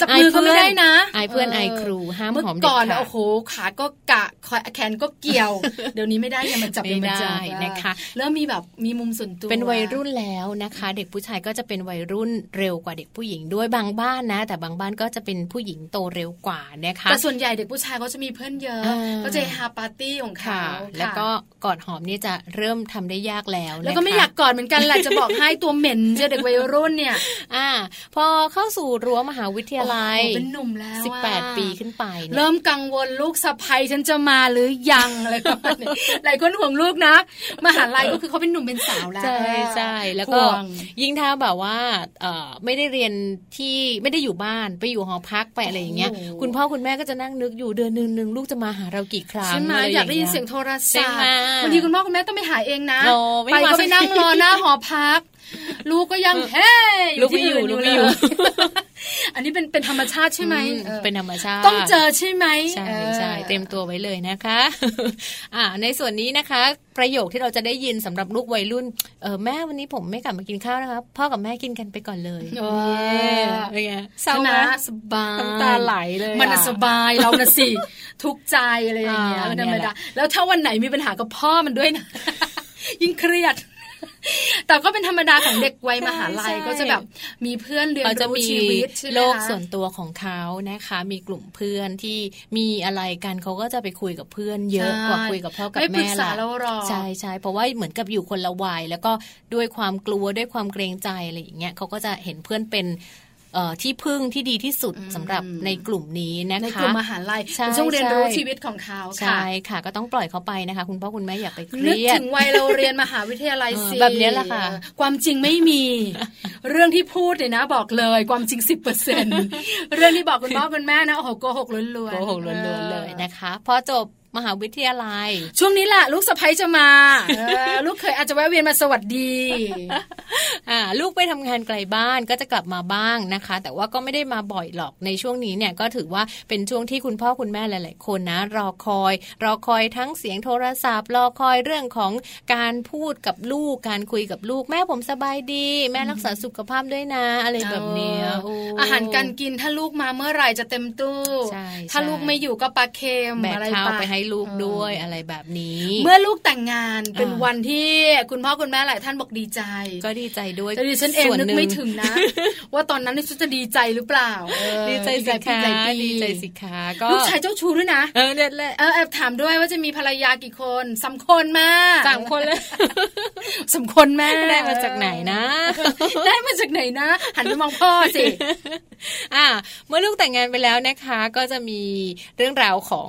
จับมือก็ไม่ได้นะ อายเพื่อนอาย ครูห้าม เมื่อ หอมเด็ด ก่อน ขาด โอ้โหขาก็กะคอยแขนก็เกี่ยว (laughs) เดี๋ยวนี้ไม่ได้อยังมาจับอ ไม่ ยังมาจับ ได้นะคะ เริ่มมีแบบมีมุมส่วนตัว เป็นวัยรุ่นแล้วนะคะ เด็กผู้ชายก็จะเป็นวัยรุ่นเร็วกว่าเด็กผู้หญิงด้วยบางบ้านนะ แต่บางบ้านก็จะเป็นผู้หญิงโตเร็วกว่านะคะ แต่ส่วนใหญ่เด็กผู้ชายเขาจะมีเพื่อนเยอะ อ่า ก็จะหาปาร์ตี้ของเขา ค่ะ ค่ะ แล้วก็กอดหอมเนี่ยจะเริ่มทำได้ยากแล้วนะคะ แล้วก็ไม่อยากกอดเหมือนกันแหละ (laughs) จะบอกให้ตัวเหม็นเจอเด็กวัยรุ่นเนี่ย อ่าพอเข้าสู่รั้วมหาวิทยาลัย โอ้โหเป็นหนุ่มแล้วอะ 18 ปีขึ้นไปเนี่ย เริ่มกังวลลูกสะใภ้ฉันจะมาหรือยังอะไรประมาณนี้ (laughs) หลายคนห่วงลูกนะมหาลัยก็คือเขาเป็นหนุ่มเป็นสาวแล้ว ใช่ใช่แล้วก็ ห่วง ยิ่งถ้าแบบว่าเอ่อไม่ได้เรียนที่ไม่ได้อยู่บ้านไปอยู่หอพักไปอะไรอย่างเงี้ย โอ้โห คุณพ่อคุณแม่ก็จะนั่งนึกอยู่เดือนหนึ่งหนึ่งลูกจะมาหาเรากี่ครั้ง ใช่ไหม ะร อยากได้ยินเสียง เ โทรศัใช่พท์ ไหม บางทีคุณพ่อคุณแม่ต้องไปหาเองนะ โอ้ไม่ ไป มา ก็ไปนั่งรอหน้าหอพัก (laughs) ลูกก็ยังเฮ้ย (laughs) ลูกไม่อยู่ ที่น ลูกไม่อยู่ เลอันนี้เป็นเป็นธรรมชาติใช่ไหมออือ เป็นธรรมชาติ ต้องเจอใช่ไหม ใช่ ออ ใช่เตรียมตัวไว้เลยนะคะ (laughs) อ่าในส่วนนี้นะคะ ประโยคที่เราจะได้ยินสำหรับลูกวัยรุ่นเออแม่วันนี้ผมไม่กลับมากินข้าวนะครับพ่อกับแม่กินกันไปก่อนเลย เออ เป็นไงเศ ใช่ไหร้าม ไหม สบาย น้ำตาไหลเลย มันน่ะ อะ สบายเราน่ะสิ (laughs) ทุกข์ใจอะไรอย่างเงี้ย อ่า เป็นธรรเนี่ม ยแห ดา ละ แล้วถ้าวันไหนมีปัญหากับพ่อมันด้วยนะ (laughs) ยิ่งเครียด (laughs) แต่ก็เป็นธรรมดาของเด็กวัยมหาลัยก็จะแบบมีเพื่อนเรียน เขาจะ รู้ มี ชีวิตใช่ไหม โลก คะ ส่วนตัวของเขานะคะ มีกลุ่มเพื่อนที่มีอะไรกันเขาก็จะไปคุยกับเพื่อนเยอะ ใช่ กว่าคุยกับพ่อกับ ไม่ปรึ แม่ กษา ละ เราหรอก ใช่ใช่เพราะว่าเหมือนกับอยู่คนละวัยแล้วก็ด้วยความกลัวด้วยความเกรงใจอะไรอย่างเงี้ยเขาก็จะเห็นเพื่อนเป็นเอ่อที่พึ่งที่ดีที่สุดสำหรับในกลุ่มนี้นะคะ ในกลุ่มมหาลัย ใช่ เป็นช่วงเรียนรู้ ใช่ ชีวิตของเขา ใช่ ค่ะ ค่ะ ก็ต้องปล่อยเขาไปนะคะ คุณพ่อคุณแม่อย่าไปเค นึก รียด ถึงวัยเราเรียนมหาวิทยาลัย เออ สิ แบบเนี้ยแหละค่ะ ความจริงไม่มี เรื่องที่พูดเนี่ยนะ บอกเลย ความจริงสิบเปอร์เซ็นเรื่องที่บอกคุณพ่อคุณแม่นะโอ้โหโกหกล้วนๆ โกหกล้วนๆเลยนะคะ พอจบมหาวิทยาลัย ช่วงนี้แหละลูกสะใภ้จะมาเออลูกเคยอาจจะแวะเวียนมาสวัสดี อ่าลูกไปทำงานไกลบ้านก็จะกลับมาบ้างนะคะ แต่ว่าก็ไม่ได้มาบ่อยหรอกในช่วงนี้เนี่ยก็ถือว่าเป็นช่วงที่คุณพ่อคุณแม่หลาย ๆ คนนะ รอคอย รอคอยทั้งเสียงโทรศัพท์ รอคอยเรื่องของการพูดกับลูก การคุยกับลูก แม่ผมสบายดี แม่รักษาสุขภาพด้วยนะ อะไรแบบเนี้ยโ อาหารการกินถ้าลูกมาเมื่อไหร่จะเต็มตู้ ใช่ ถ้า ใช่ ลูกไม่อยู่ก็ปลาเค็ม แบก อะไร ข้าวไปให้ลูก เออ ด้วยอะไรแบบนี้ เมื่อลูกแต่งงานเป็น อ่า วันที่คุณพ่อคุณแม่หลายท่านบอกดีใจ ก็ดีใจด้วย แต่ดิฉันเอง ส่ว นึก ห ไม่ถึงนะ (laughs) ว่าตอนนั้นดิฉันจะดีใจหรือเปล่าเออ ดีใจสิ ปี คะ หลายปี ดีใจสิคะก็ ลูกชายเจ้าชู้ด้วยนะ เออเนี่ยแหละ เออแอบถามด้วยว่าจะมีภรรยากี่คนสามคนมา สามคนเลย (laughs) สามคนแม่ ได้มาจากไหนนะ (laughs) ได้มาจากไหนนะ หันไปมองพ่อ (laughs) สิ อ่าเมื่อลูกแต่งงานไปแล้วนะคะ ก็จะมีเรื่องราวของ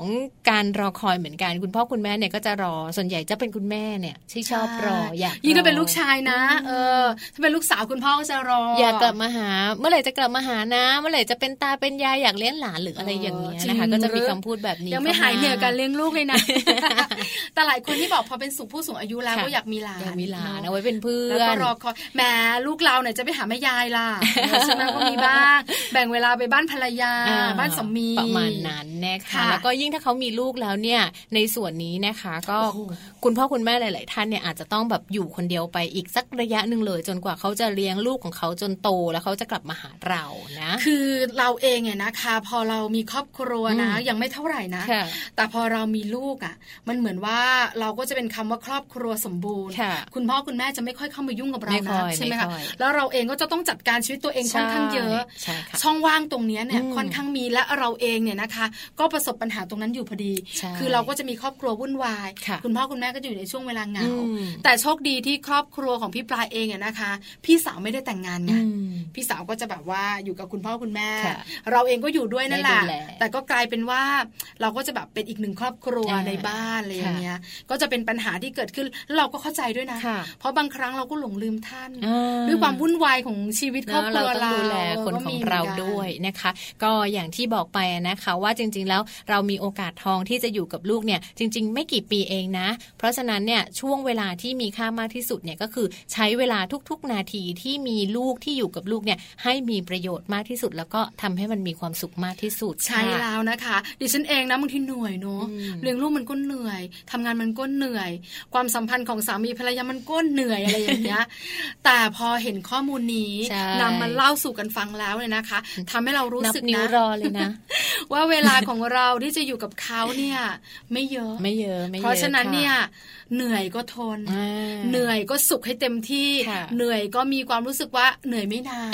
การรอคอยเหมือนกัน คุณพ่อคุณแม่เนี่ยก็จะรอส่วนใหญ่จะเป็นคุณแม่เนี่ยที่ชอบรออยากรอ ยิ่งถ้าเป็นลูกชายนะ เออ ถ้าเป็นลูกสาวคุณพ่อก็จะรอ อ อ ยากกลับมาหา เมื่อไหร่จะกลับมาหานะ เมื่อไหร่จะเป็นตาเป็นยายอยากเลี้ยงหลานหรืออะไรอย่างเงี้ยนะคะ จริง ก็จะมีคำพูดแบบนี้ ยังไม่ ข้ หายเหนื่อยการเลี้ยงลูกเลย (laughs) นะ (laughs) ค่ะ แต่หลายคนที่บอกพอเป็นสูงผู้สูงอายุแล้ว ค่ะ ก็อยากมีหลาน อยากมีหลาน เน เอา อะ ไว้เป็นเพื่ แล้ว อ ก็ น รอคอยแหมลูกเราเนี่ยจะไปหาแม่ยายล่ะ เออใช่ไหมก็มีบ้าง (laughs) แบ่งเวลาไปบ้านภรรยา อ่ บ้านสามี ประมาณนั้นนะคะ ค่ะ แล้วก็ยิ่งถ้าเขามีลูกแล้วเนี่ย ในส่วนนี้นะคะ ก็ โอ้โห คุณพ่อคุณแม่หลาย ๆ ท่านเนี่ยอาจจะต้องแบบอยู่คนเดียวไปอีกสักระยะหนึ่งเลย จนกว่าเขาจะเลี้ยงลูกของเขาจนโตแล้วเขาจะกลับมาหาเรานะ คือเราเองเนี่ยนะคะ พอเรามีครอบครัวนะ อืม ยังไม่เท่าไหร่นะ ค่ะ แต่พอเรามีลูกอ่ะ มันเหมือนว่าเราก็จะเป็นคำว่าครอบครัวสมบูรณ์ ค่ะ คุณพ่อคุณแม่จะไม่ค่อยเข้ามายุ่งกับเรา ไม่ค่ นะ อย ใช่ไหม ไม่ คะ ค่อย แล้วเราเองก็จะต้องจัดการชีวิตตัวเองค่อนข้างเยอะ ใช่ค่ะ ช่องว่างตรงเนี้ยเนี่ย อืม ค่อนข้างมีและเราเองเนี่ยนะคะ ก็ประสบปัญหาตรงนั้นอยู่พอดี ใช่ คือเราก็จะมีครอบครัววุ่นวาย ค่ะ ณพ่อคุณแม่ก็อยู่ในช่วงเวลาเหงา อืม แต่โชคดีที่ครอบครัวของพี่ปลาเองเนี่ยนะคะ พี่สาวไม่ได้แต่งงานไง อืม พี่สาวก็จะแบบว่าอยู่กับคุณพ่อคุณแม่ ค่ะ เราเองก็อยู่ด้วยนั่นแหละ ได้ดูแล แต่ก็กลายเป็นว่าเราก็จะแบบเป็นอีกหนึ่งครอบครัว อ่า ในบ้านอะไรอย่างเงี้ยก็จะเป็นปัญหาที่เกิดขึ้นแล้วเราก็เข้าใจด้วยนะ ค่ะ เพราะบางครั้งเราก็หลงลืมท่าน อ่ ด้วยความวุ่นวายของชีวิตครอบครัว เนอะเราเราต้องดูแลคนของเราด้วยนะคะ ก็อย่างที่บอกไปนะคะ ว่าจริง ๆ แล้วเรามีโอกาสทองที่จะอยู่ กับลูกเนี่ยจริง ๆ ไม่กี่ปีเองนะ เพราะฉะนั้นเนี่ยช่วงเวลาที่มีค่ามากที่สุดเนี่ยก็คือใช้เวลาทุกๆ นาทีที่มีลูกที่อยู่กับลูกเนี่ยให้มีประโยชน์มากที่สุด แล้วก็ทำให้มันมีความสุขมากที่สุด ใช่ ค่ะ แล้วนะคะ ดิฉันเองนะบางทีเหนื่อยเนาะ อืม เลี้ยงลูกมันก็เหนื่อยทำงานมันก็เหนื่อย ความสัมพันธ์ของสามีภรรยามันก็เหนื่อยอะไรอย่างเงี้ย (laughs) แต่พอเห็นข้อมูลนี้ ใช่ นำมาเล่าสู่กันฟังแล้วเนี่ยนะคะทำให้เรารู้ นับ สึก นิ้ว นะ รอเลยนะ ว่าเวลาของเราที่จะอยู่กับเขาเนี่ย ไม่เยอะ ไม่เยอะไม่เยอะ เพราะฉะนั้น ค่ เนี่ยเหนื่อยก็ทน อ่า เหนื่อยก็สุขให้เต็มที่ ค่ะ เหนื่อยก็มีความรู้สึกว่าเหนื่อยไม่ (laughs) นาน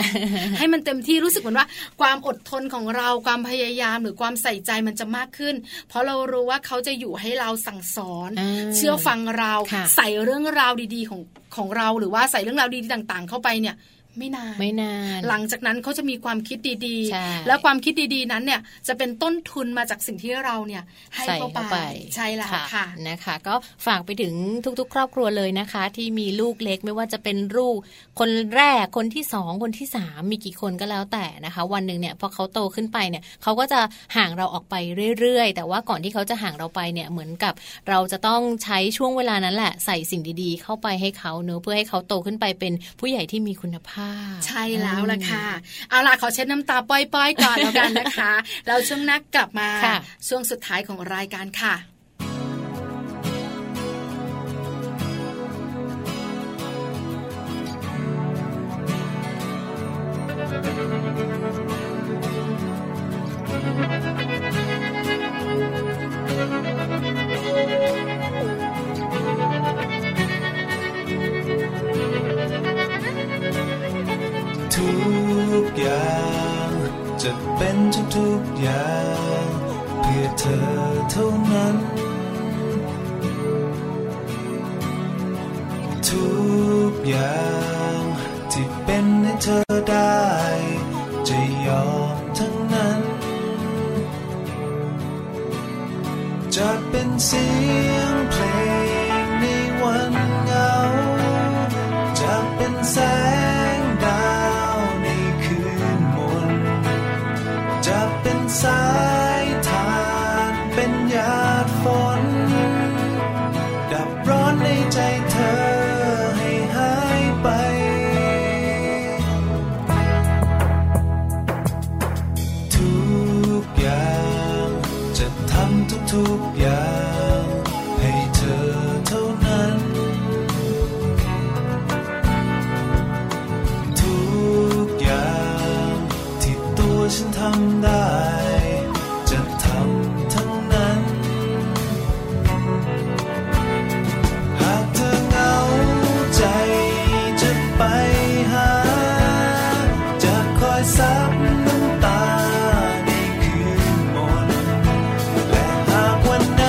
ให้มันเต็มที่รู้สึกเหมือนว่า ความอดทนของเราความพยายามหรือความใส่ใจมันจะมากขึ้น เพราะเรารู้ว่าเขาจะอยู่ให้เราสั่งสอน อ่า เชื่อฟังเรา ค่ะ ใส่เรื่องราวดีๆของของเรา หรือว่าใส่เรื่องราวดีๆต่าง ๆ เข้าไปเนี่ย ไม่นาน ไม่นาน หลังจากนั้นเขาจะมีความคิดดี ใช่ ๆ และความคิดดีๆนั้นเนี่ยจะเป็นต้นทุนมาจากสิ่งที่เราเนี่ยให้ ใส่ เข้า เข้า ไป ไป ใช่แล้วค่ะ นะคะ ก็ฝากไปถึงทุกๆ ครอบครัวเลยนะคะ ที่มีลูกเล็กไม่ว่าจะเป็นลูก คนแรกคนที่สองคนที่สามมีกี่คนก็แล้วแต่นะคะ วันหนึ่งเนี่ยพอเขาโตขึ้นไปเนี่ยเขาก็จะห่างเราออกไปเรื่อยๆ แต่ว่าก่อนที่เขาจะห่างเราไปเนี่ยเหมือนกับ เราจะต้องใช้ช่วงเวลานั้นแหละ ใส่สิ่งดีๆ เข้าไปให้เขาเนอะเพื่อให้เขาโตขึ้นไปเป็นผู้ใหญ่ที่มีคุณภาพ ใช่แล้วล่ะค่ะ เอาล่ะขอเช็ดน้ำตาป้อยๆก่อนแล้วกันนะคะ (laughs) แล้วช่วงหนักกลับมา ค่ะ ช่วงสุดท้ายของรายการค่ะ ทุกอย่างจะเป็นทุกๆอย่างเพื่อเธอเท่านั้น ทุกอย่างที่เป็นให้เธอได้ จะยอมทั้งนั้น จะเป็นเสียงเพลงในวันเหงา จะเป็นแสงดาวในคืนมนต์จะเป็นสายทานเป็นหยาดฝน ดับร้อนในใจเธอให้หายไป ทุกอย่างจะทำทุกทุกๆอย่าง ให้เธอเท่านั้น ทุกอย่างที่ตัวฉันทำได้ จะทำทั้งนั้น หากเธอเหงาใจจะไปหา จะคอยซับน้ำตาในคืนมนต์และหากวันไหน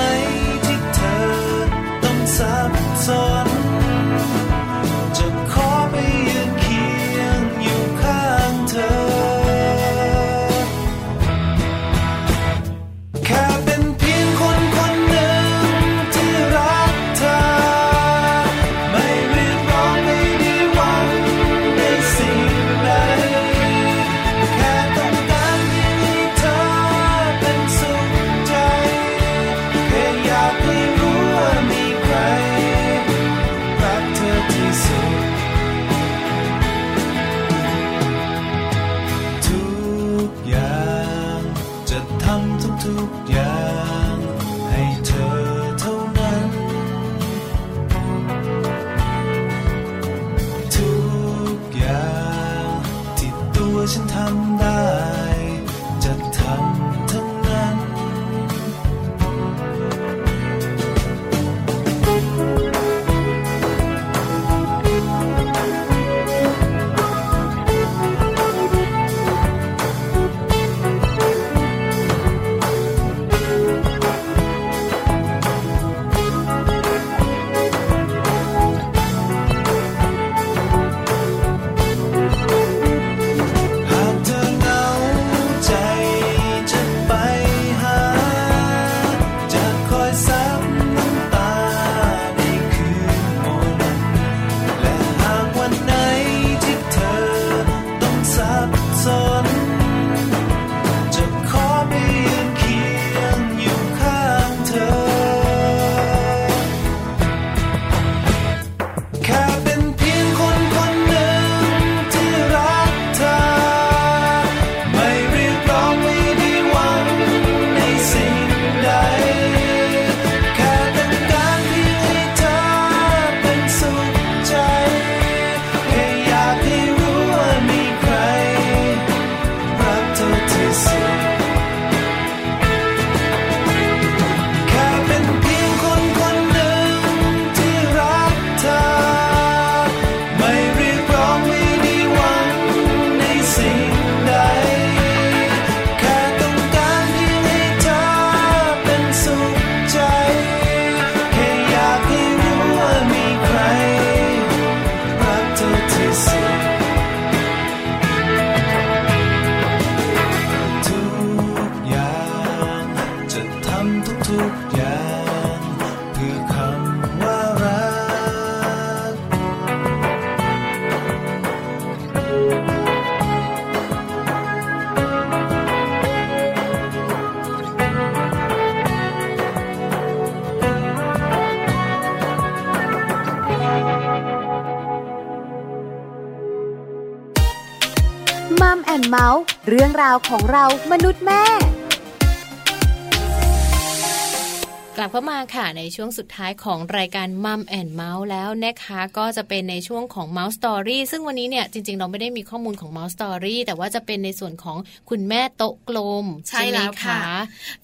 ยานคือคำว่ารัก มัมแอนเมาส์เรื่องราวของเรามนุษย์แม่ กลับเข้ามาค่ะในช่วงสุดท้ายของรายการมัมแอนเมาส์แล้วนะคะก็จะเป็นในช่วงของ Mouse Story ซึ่งวันนี้เนี่ยจริง ๆ เราไม่ได้มีข้อมูลของ Mouse Story แต่ว่าจะเป็นในส่วนของคุณแม่โต๊ะกลม ใช่แล้ว ไหม ค่ะ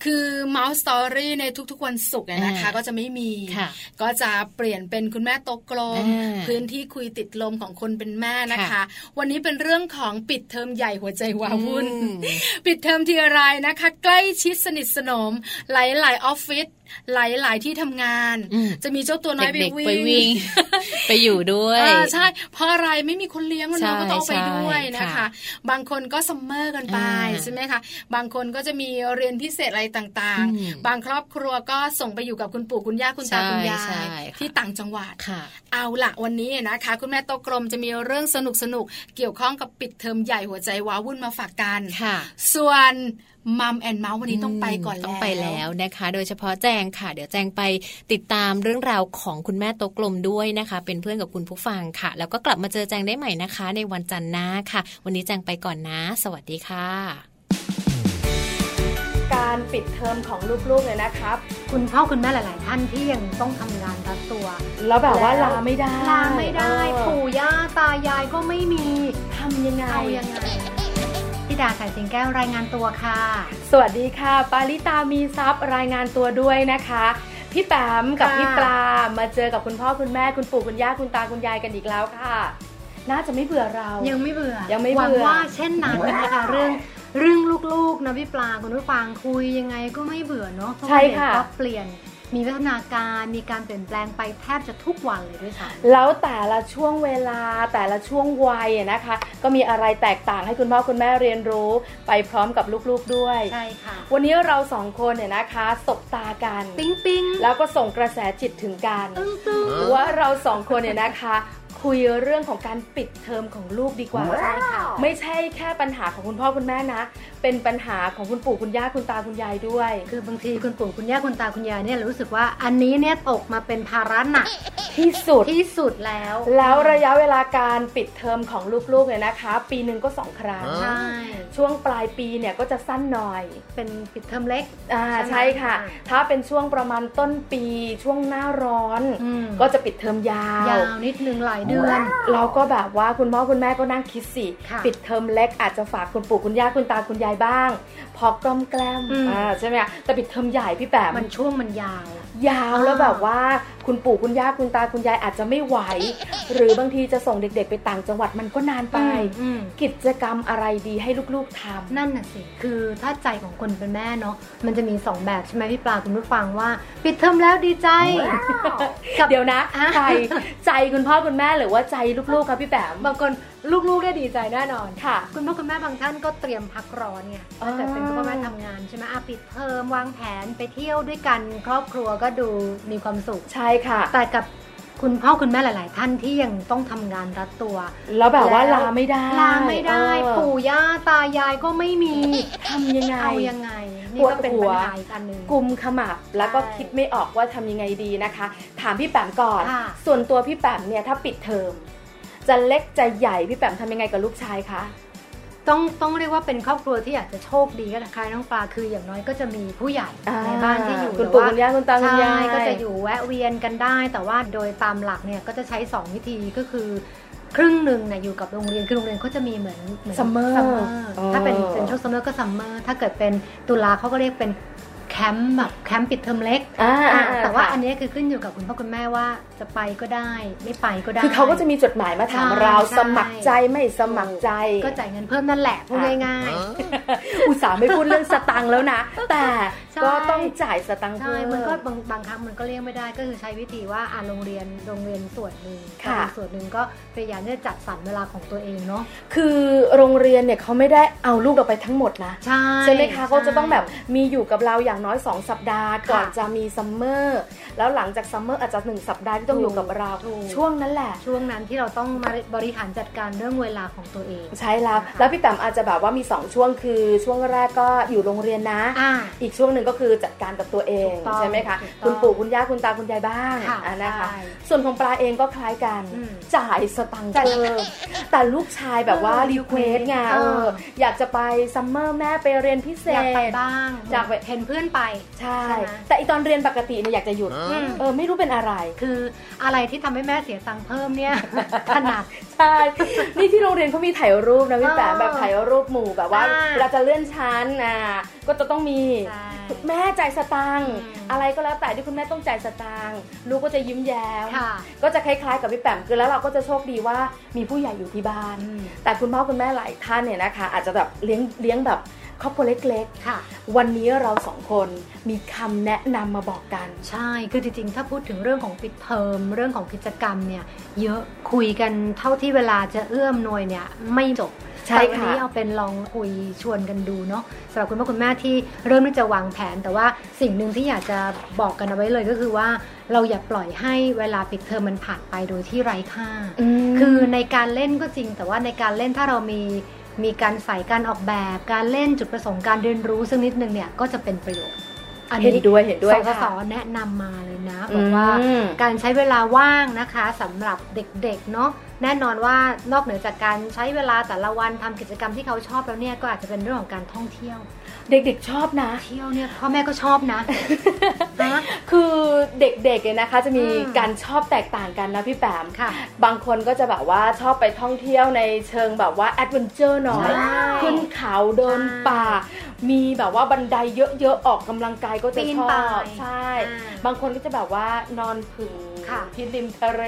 คือ Mouse Story ในทุกๆวันศุกร์อะนะคะ อ่า ก็จะไม่มี ค่ะ ก็จะเปลี่ยนเป็นคุณแม่โตะกลม อ่า พื้นที่คุยติดลมของคนเป็นแม่นะคะ ค่ะ วันนี้เป็นเรื่องของปิดเทอมใหญ่หัวใจวาวุ่น อืม ปิดเทอมทีไรนะคะ ใกล้ชิดสนิทสนม หลายหลายๆออฟฟิศหลายหลายๆที่ทำงาน อืม จะมีเจ้าตัวน้อยไป เด็กๆ ไป วิ่ง วิ่ง (laughs) ไปอยู่ด้วย อ่าใช่เพราะอะไรไม่มีคนเลี้ยง ใช่ เราก็ต้องเอาไปด้วย ใช่ นะคะ ค่ะ บางคนก็ซัมเมอร์กันไป อ่า ใช่ไหมคะบางคนก็จะมีเรียนพิเศษอะไรต่าง อืม ๆ บางครอบครัวก็ส่งไปอยู่กับคุณปู่คุณย่าคุณตา ใช่ คุณยา ใช่ ย ค่ะ ที่ต่างจังหวัด ค่ะ เอาละวันนี้นะคะ คุณแม่โตะกลมจะมีเรื่องสนุกสนุกๆเกี่ยวข้องกับปิดเทอมใหญ่หัวใจว้าวุ่นมาฝากกัน ค่ะ ส่วนมัมแอนเมาส์วันนี้ต้องไปก่อน ม แล้ว ต้องไปแล้วนะคะ โดยเฉพาะแจงค่ะ เดี๋ยวแจงไปติดตามเรื่องราวของคุณแม่โตะกลมด้วยนะคะ เป็นเพื่อนกับคุณผู้ฟังค่ะ แล้วก็กลับมาเจอแจงได้ใหม่นะคะ ในวันจันทร์หน้าค่ะ วันนี้แจงไปก่อนนะ สวัสดีค่ะ การปิดเทอมของลูกๆเลยนะครับ คุณพ่อคุณแม่หลาย ๆ ท่านที่ยังต้องทำงานรัดตัว แล้วแบบว่าลาไม่ได้ ลาไม่ได้ เออ ปู่ย่าตายายก็ไม่มี ทำยังไง เอายังไงธิดาสายสิงแก้วรายงานตัวค่ะ สวัสดีค่ะ ปาลิตามีซับรายงานตัวด้วยนะคะ พี่แปมกับ ค่ะ พี่ปลามาเจอกับคุณพ่อคุณแม่คุณปู่คุณย่าคุณตาคุณยายกันอีกแล้วค่ะ น่าจะไม่เบื่อเรา ยังไม่เบื่อ ยังไม่ หวัง เบื่อ ว่าเช่นนั้น (laughs) นะคะเรื่องเรื่องลูก ๆ นะพี่ปลาคุณผู้ฟังคุยยังไงก็ไม่เบื่อเนาะเพราะ ใช่ ว่าเด็ก ค่ะ ก็เปลี่ยน มีพัฒนาการมีการเปลี่ยนแปลงไปแทบจะทุกวันเลยด้วยซ้ำ แล้วแต่ละช่วงเวลาแต่ละช่วงวัยอะนะคะ ก็มีอะไรแตกต่างให้คุณพ่อคุณแม่เรียนรู้ ไปพร้อมกับลูกๆด้วย ใช่ค่ะ วันนี้เราสองคนเนี่ยนะคะสบตากัน ปิ๊งปิ๊ง แล้วก็ส่งกระแสจิตถึงกัน ตึ้งตึ้ง ว่าเราสองคนเนี่ยนะคะ คุยเรื่องของการปิดเทอมของลูกดีกว่า ใช่ค่ะ ไม่ใช่แค่ปัญหาของคุณพ่อคุณแม่นะ เป็นปัญหาของคุณปู่คุณย่าคุณตาคุณยายด้วย คือบางทีคุณปู่คุณย่าคุณตาคุณยายเนี่ยรู้สึกว่าอันนี้เนี่ยตกมาเป็นภาระหนัก ที่สุด ที่สุดแล้ว แล้วระยะเวลาการปิดเทอมของลูกๆเนี่ยนะคะ ปีหนึ่งก็สองครั้ง ใช่ ช่วงปลายปีเนี่ยก็จะสั้นหน่อย เป็นปิดเทอมเล็ก อ่า ใช่ไหมใช่ค่ะ อ่า ถ้าเป็นช่วงประมาณต้นปีช่วงหน้าร้อน อืม ก็จะปิดเทอมยา ยาวนิดนึงหลายเดือน เราก็แบบว่าคุณพ่อคุณแม่ก็นั่งคิดสิ ค่ะ ปิดเทอมเล็กอาจจะฝากคุณปู่คุณย่าคุณตาคุณยายบ้าง พอกล้อมแกล้มอ่าใช่ไหมคะแต่ปิดเทอมใหญ่พี่แปม มันช่วงมันยาว ยาวแล้ว อ่า แบบว่าคุณปู่คุณย่าคุณตาคุณยายอาจจะไม่ไหว หรือบางทีจะส่งเด็กๆ ไปต่างจังหวัดมันก็นานไป อืม กิจกรรมอะไรดีให้ลูกๆทำ นั่นน่ะสิ คือถ้าใจของคนเป็นแม่เนาะมันจะมี 2 แบบใช่ไหมพี่ปลาคุณผู้ฟังว่า ปิดเทอมแล้วดีใจ (laughs) เดี๋ยวนะ อ่ะ ใจใจคุณพ่อคุณแม่หรือว่าใจลูกๆครับพี่แปม บางคนลูกๆได้ดีใจแน่นอน ค่ะ คุณพ่อคุณแม่บางท่านก็เตรียมพักร้อนไง อ๋อ ถ้าเกิดเป็นคุณพ่อแม่ทำงานใช่ไหมอาปิดเทอมวางแผนไปเที่ยวด้วยกัน ครอบครัวก็ดูมีความสุข ใช่ค่ะ แต่กับคุณพ่อคุณแม่หลาย ๆ ท่านที่ยังต้องทำงานรัดตัว แล้วแบบว่าลาไม่ได้ ลาไม่ได้ เออ ปู่ย่าตายายก็ไม่มี ทำยังไง เอายังไง นี่ก็เป็นปัญหาอีกอันหนึ่ง กุมขมับแล้วก็ ใช่ คิดไม่ออกว่าทำยังไงดีนะคะ ถามพี่แปมก่อน ค่ะ ส่วนตัวพี่แปมเนี่ยถ้าปิดเทอม จะเล็กจะใหญ่พี่แปมทำยังไงกับลูกชายคะ ต้องต้องเรียกว่าเป็นครอบครัวที่อยากจะโชคดีก็คล้ายน้องปลาคืออย่างน้อยก็จะมีผู้ใหญ่ อ่า ในบ้านที่อยู่ คุณ แต่ ปู่ ว่ คุณย่าคุณตาคุณยาย ใช่ก็จะอยู่แวะเวียนกันได้ แต่ว่าโดยตามหลักเนี่ยก็จะใช้ 2 วิธีก็คือ ครึ่งหนึ่งเนี่ยอยู่กับโรงเรียนคือโรงเรียนเขาจะมีเหมือนเหมือน Summer ซัมเมอร์ อ๋อ ถ้าเป็นเป็นช่วงซัมเมอร์ก็ซัมเมอร์ถ้าเกิดเป็นตุลาเขาก็เรียกเป็นแคมป์แบบแคมป์ปิดเทอมเล็ก อ่า อ่าแต่ว่า ค่ะ อันเนี้ยคือขึ้นอยู่กับคุณพ่อคุณแม่ว่าจะไปก็ได้ไม่ไปก็ได้ คือเขาก็จะมีจดหมายมาถาม ใช่ เรา ใช่ สมัครใจไม่สมัครใจ ก็จ่ายเงินเพิ่มนั่นแหละพูด อ่า ง่ายๆ อุตส่าห์ไม่พูดเรื่องสตังค์แล้วนะ แต่ (laughs) ใช่ ก็ต้องจ่ายสตังค์ ใช่ เพิ่ม มันก็บางบางครั้งมันก็เลี่ยงไม่ได้ ก็คือใช้วิธีว่าอ่าโรงเรียนโรงเรียนส่วนหนึ่ง ค่ะ โรงเรียนส่วนหนึ่งก็พยายามที่จะจัดสรรเวลาของตัวเองเนาะ คือโรงเรียนเนี่ยเขาไม่ได้เอาลูกเราไปทั้งหมดนะ ใช่ ใช่ไหมคะเขาจะต้องแบบมีอยู่กับเราอย่าง น้อย 2 สัปดาห์ ก่อนจะมีซัมเมอร์แล้วหลังจากซัมเมอร์อาจจะ 1 สัปดาห์ที่ต้องอยู่กับเรา ถูก ช่วงนั้นแหละ ช่วงนั้นที่เราต้องมาบริหารจัดการเรื่องเวลาของตัวเอง ใช่แล้ว ค่ะ แล้วพี่แปมอาจจะแบบว่ามี 2 ช่วงคือช่วงแรกก็อยู่โรงเรียนนะ อ่า อีกช่วงหนึ่งก็คือจัดการกับตัวเอง ถูกต้อง ใช่ไหมคะ ถูกต้อง คุณปู่คุณย่าคุณตาคุณยายบ้าง ค่ะ อ่ะนะคะ ใช่ ส่วนของปลาเองก็คล้ายกัน อืม จ่ายสตังค์เพิ่ (laughs) มแต่ลูกชายแบบว่า เออ รีเควสไง เออ เอออยากจะไปซัมเมอร์แม่ไปเรียนพิเศ อยากไป ษ บ้าง อยากไป เห็นเพื่อนไป ใช่ ใช่ไหม แต่อีตอนเรียนปกติเนี่ยอยากจะหยุด อืม เออไม่รู้เป็นอะไร คืออะไรที่ทำให้แม่เสียตังค์เพิ่มเนี่ย ถนัด ใช่ นี่ที่โรงเรียนเขามีถ่ายรูปนะพี่แปะ เออ แบบถ่ายรูปหมู่แบบว่า อ่า เวลาจะเลื่อนชั้นอ่ะก็จะต้องมี ใช่ แม่จ่ายสตังค์ อืม อะไรก็แล้วแต่ที่คุณแม่ต้องจ่ายสตังค์ลูกก็จะยิ้มแย้ม ค่ะ ก็จะคล้ายๆกับพี่แปมคือแล้วเราก็จะโชคดีว่ามีผู้ใหญ่อยู่ที่บ้าน แต่คุณพ่อคุณแม่หลายท่านเนี่ยนะคะ อาจจะแบบเลี้ยงเลี้ยงแบบครอบครัวเล็ก ค่ะ ๆ วันนี้เราสองคนมีคำแนะนำมาบอกกัน ใช่ คือจริงๆ ถ้าพูดถึงเรื่องของปิดเทอม เรื่องของกิจกรรมเนี่ย เยอะ คุยกันเท่าที่เวลาจะเอื้อมหน่วยเนี่ย ไม่จบ ใช่ แต่วัน ค่ะ นี้เอาเป็นลองคุยชวนกันดูเนาะสำหรับคุณพ่อคุณแม่ที่เริ่มที่จะวางแผน แต่ว่าสิ่งหนึ่งที่อยากจะบอกกันเอาไว้เลยก็คือว่า เราอย่าปล่อยให้เวลาปิดเทอมมันผ่านไปโดยที่ไร้ค่า คื คือ อในการเล่นก็จริงแต่ว่าในการเล่นถ้าเรามีมีการใส่การออกแบบ การเล่นจุดประสงค์การเรียนรู้ซึ่งนิดนึงเนี่ยก็จะเป็นประโยชน์อัน เห็น นี้ ด้วยเห็นด้วย สก ค่ะ สแนะนำมาเลยนะบอกว่า อืม การใช้เวลาว่างนะคะสำหรับเด็กๆเนาะแน่นอนว่านอกเหนือจากการใช้เวลาแต่ละวันทำกิจกรรมที่เขาชอบแล้วเนี่ยก็อาจจะเป็นเรื่องของการท่องเที่ยว เด็กๆชอบนะ เที่ยวเนี่ยพ่อแม่ก็ชอบ (laughs) นะนะ คือเด็กๆเนี่ยนะคะจะมี อืม การชอบแตกต่างกันนะพี่แปม ค่ะ บางคนก็จะแบบว่าชอบไปท่องเที่ยวในเชิงแบบว่าแอดเวนเจอร์หน่อย ใช่ ขึ้นเขาเดินป่า มีแบบว่าบันไดเยอะๆ ออกกำลังกายก็จะ ปีน ช ป่า อบใช่ อ่า บางคนก็จะแบบว่านอนผึ่ง ค่ะ ที่ริมทะเล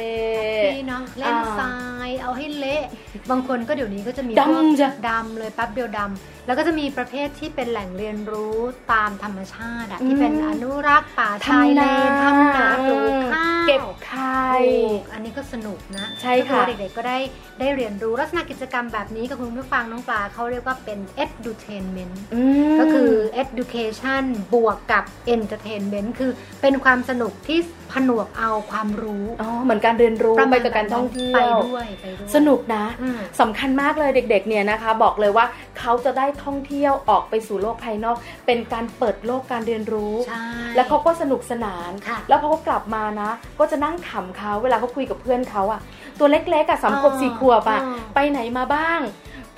นี่เนาะเล่น อ่า ทรายเอาให้เละ บางคนก็เดี๋ยวนี้ก็จะมี ดำ พวก จ้ะ ดำเลยแป๊บเดียวดำ แล้วก็จะมีประเภทที่เป็นแหล่งเรียนรู้ตามธรรมชาติอะที่เป็นอนุรักษ์ป่าชายเลนทำนาปลูกข้าว เก็บไข่ ปลูกอันนี้ก็สนุกนะ ใช่ ก็อ ค่ะ เด็กๆก็ได้ได้เรียนรู้ลักษณะกิจกรรมแบบนี้กับคุณผู้ฟังน้องปลาเขาเรียกว่าเป็น edutainment อืม ก็คือ education บวกกับ entertainment คือเป็นความสนุกที่ผนวกเอาความรู้ อ๋อเหมือนการเรียนรู้ ประ ไป มาณ กับการท่องเที่ย ไป ว ด้วยไปด้วย สนุกนะ อืม สำคัญมากเลยเด็กๆเนี่ยนะคะ บอกเลยว่าเขาจะได้ท่องเที่ยวออกไปสู่โลกภายนอก เป็นการเปิดโลกการเรียนรู้ ใช่ แล้วเขาก็สนุกสนาน ค่ะ แล้วพอเขากลับมานะ ก็จะนั่งขำเขาเวลาเขาคุยกับเพื่อนเขาอะตัวเล็กๆอะสามขวบ อ๋อ สี่ขวบอะ อ๋อ ไปไหนมาบ้าง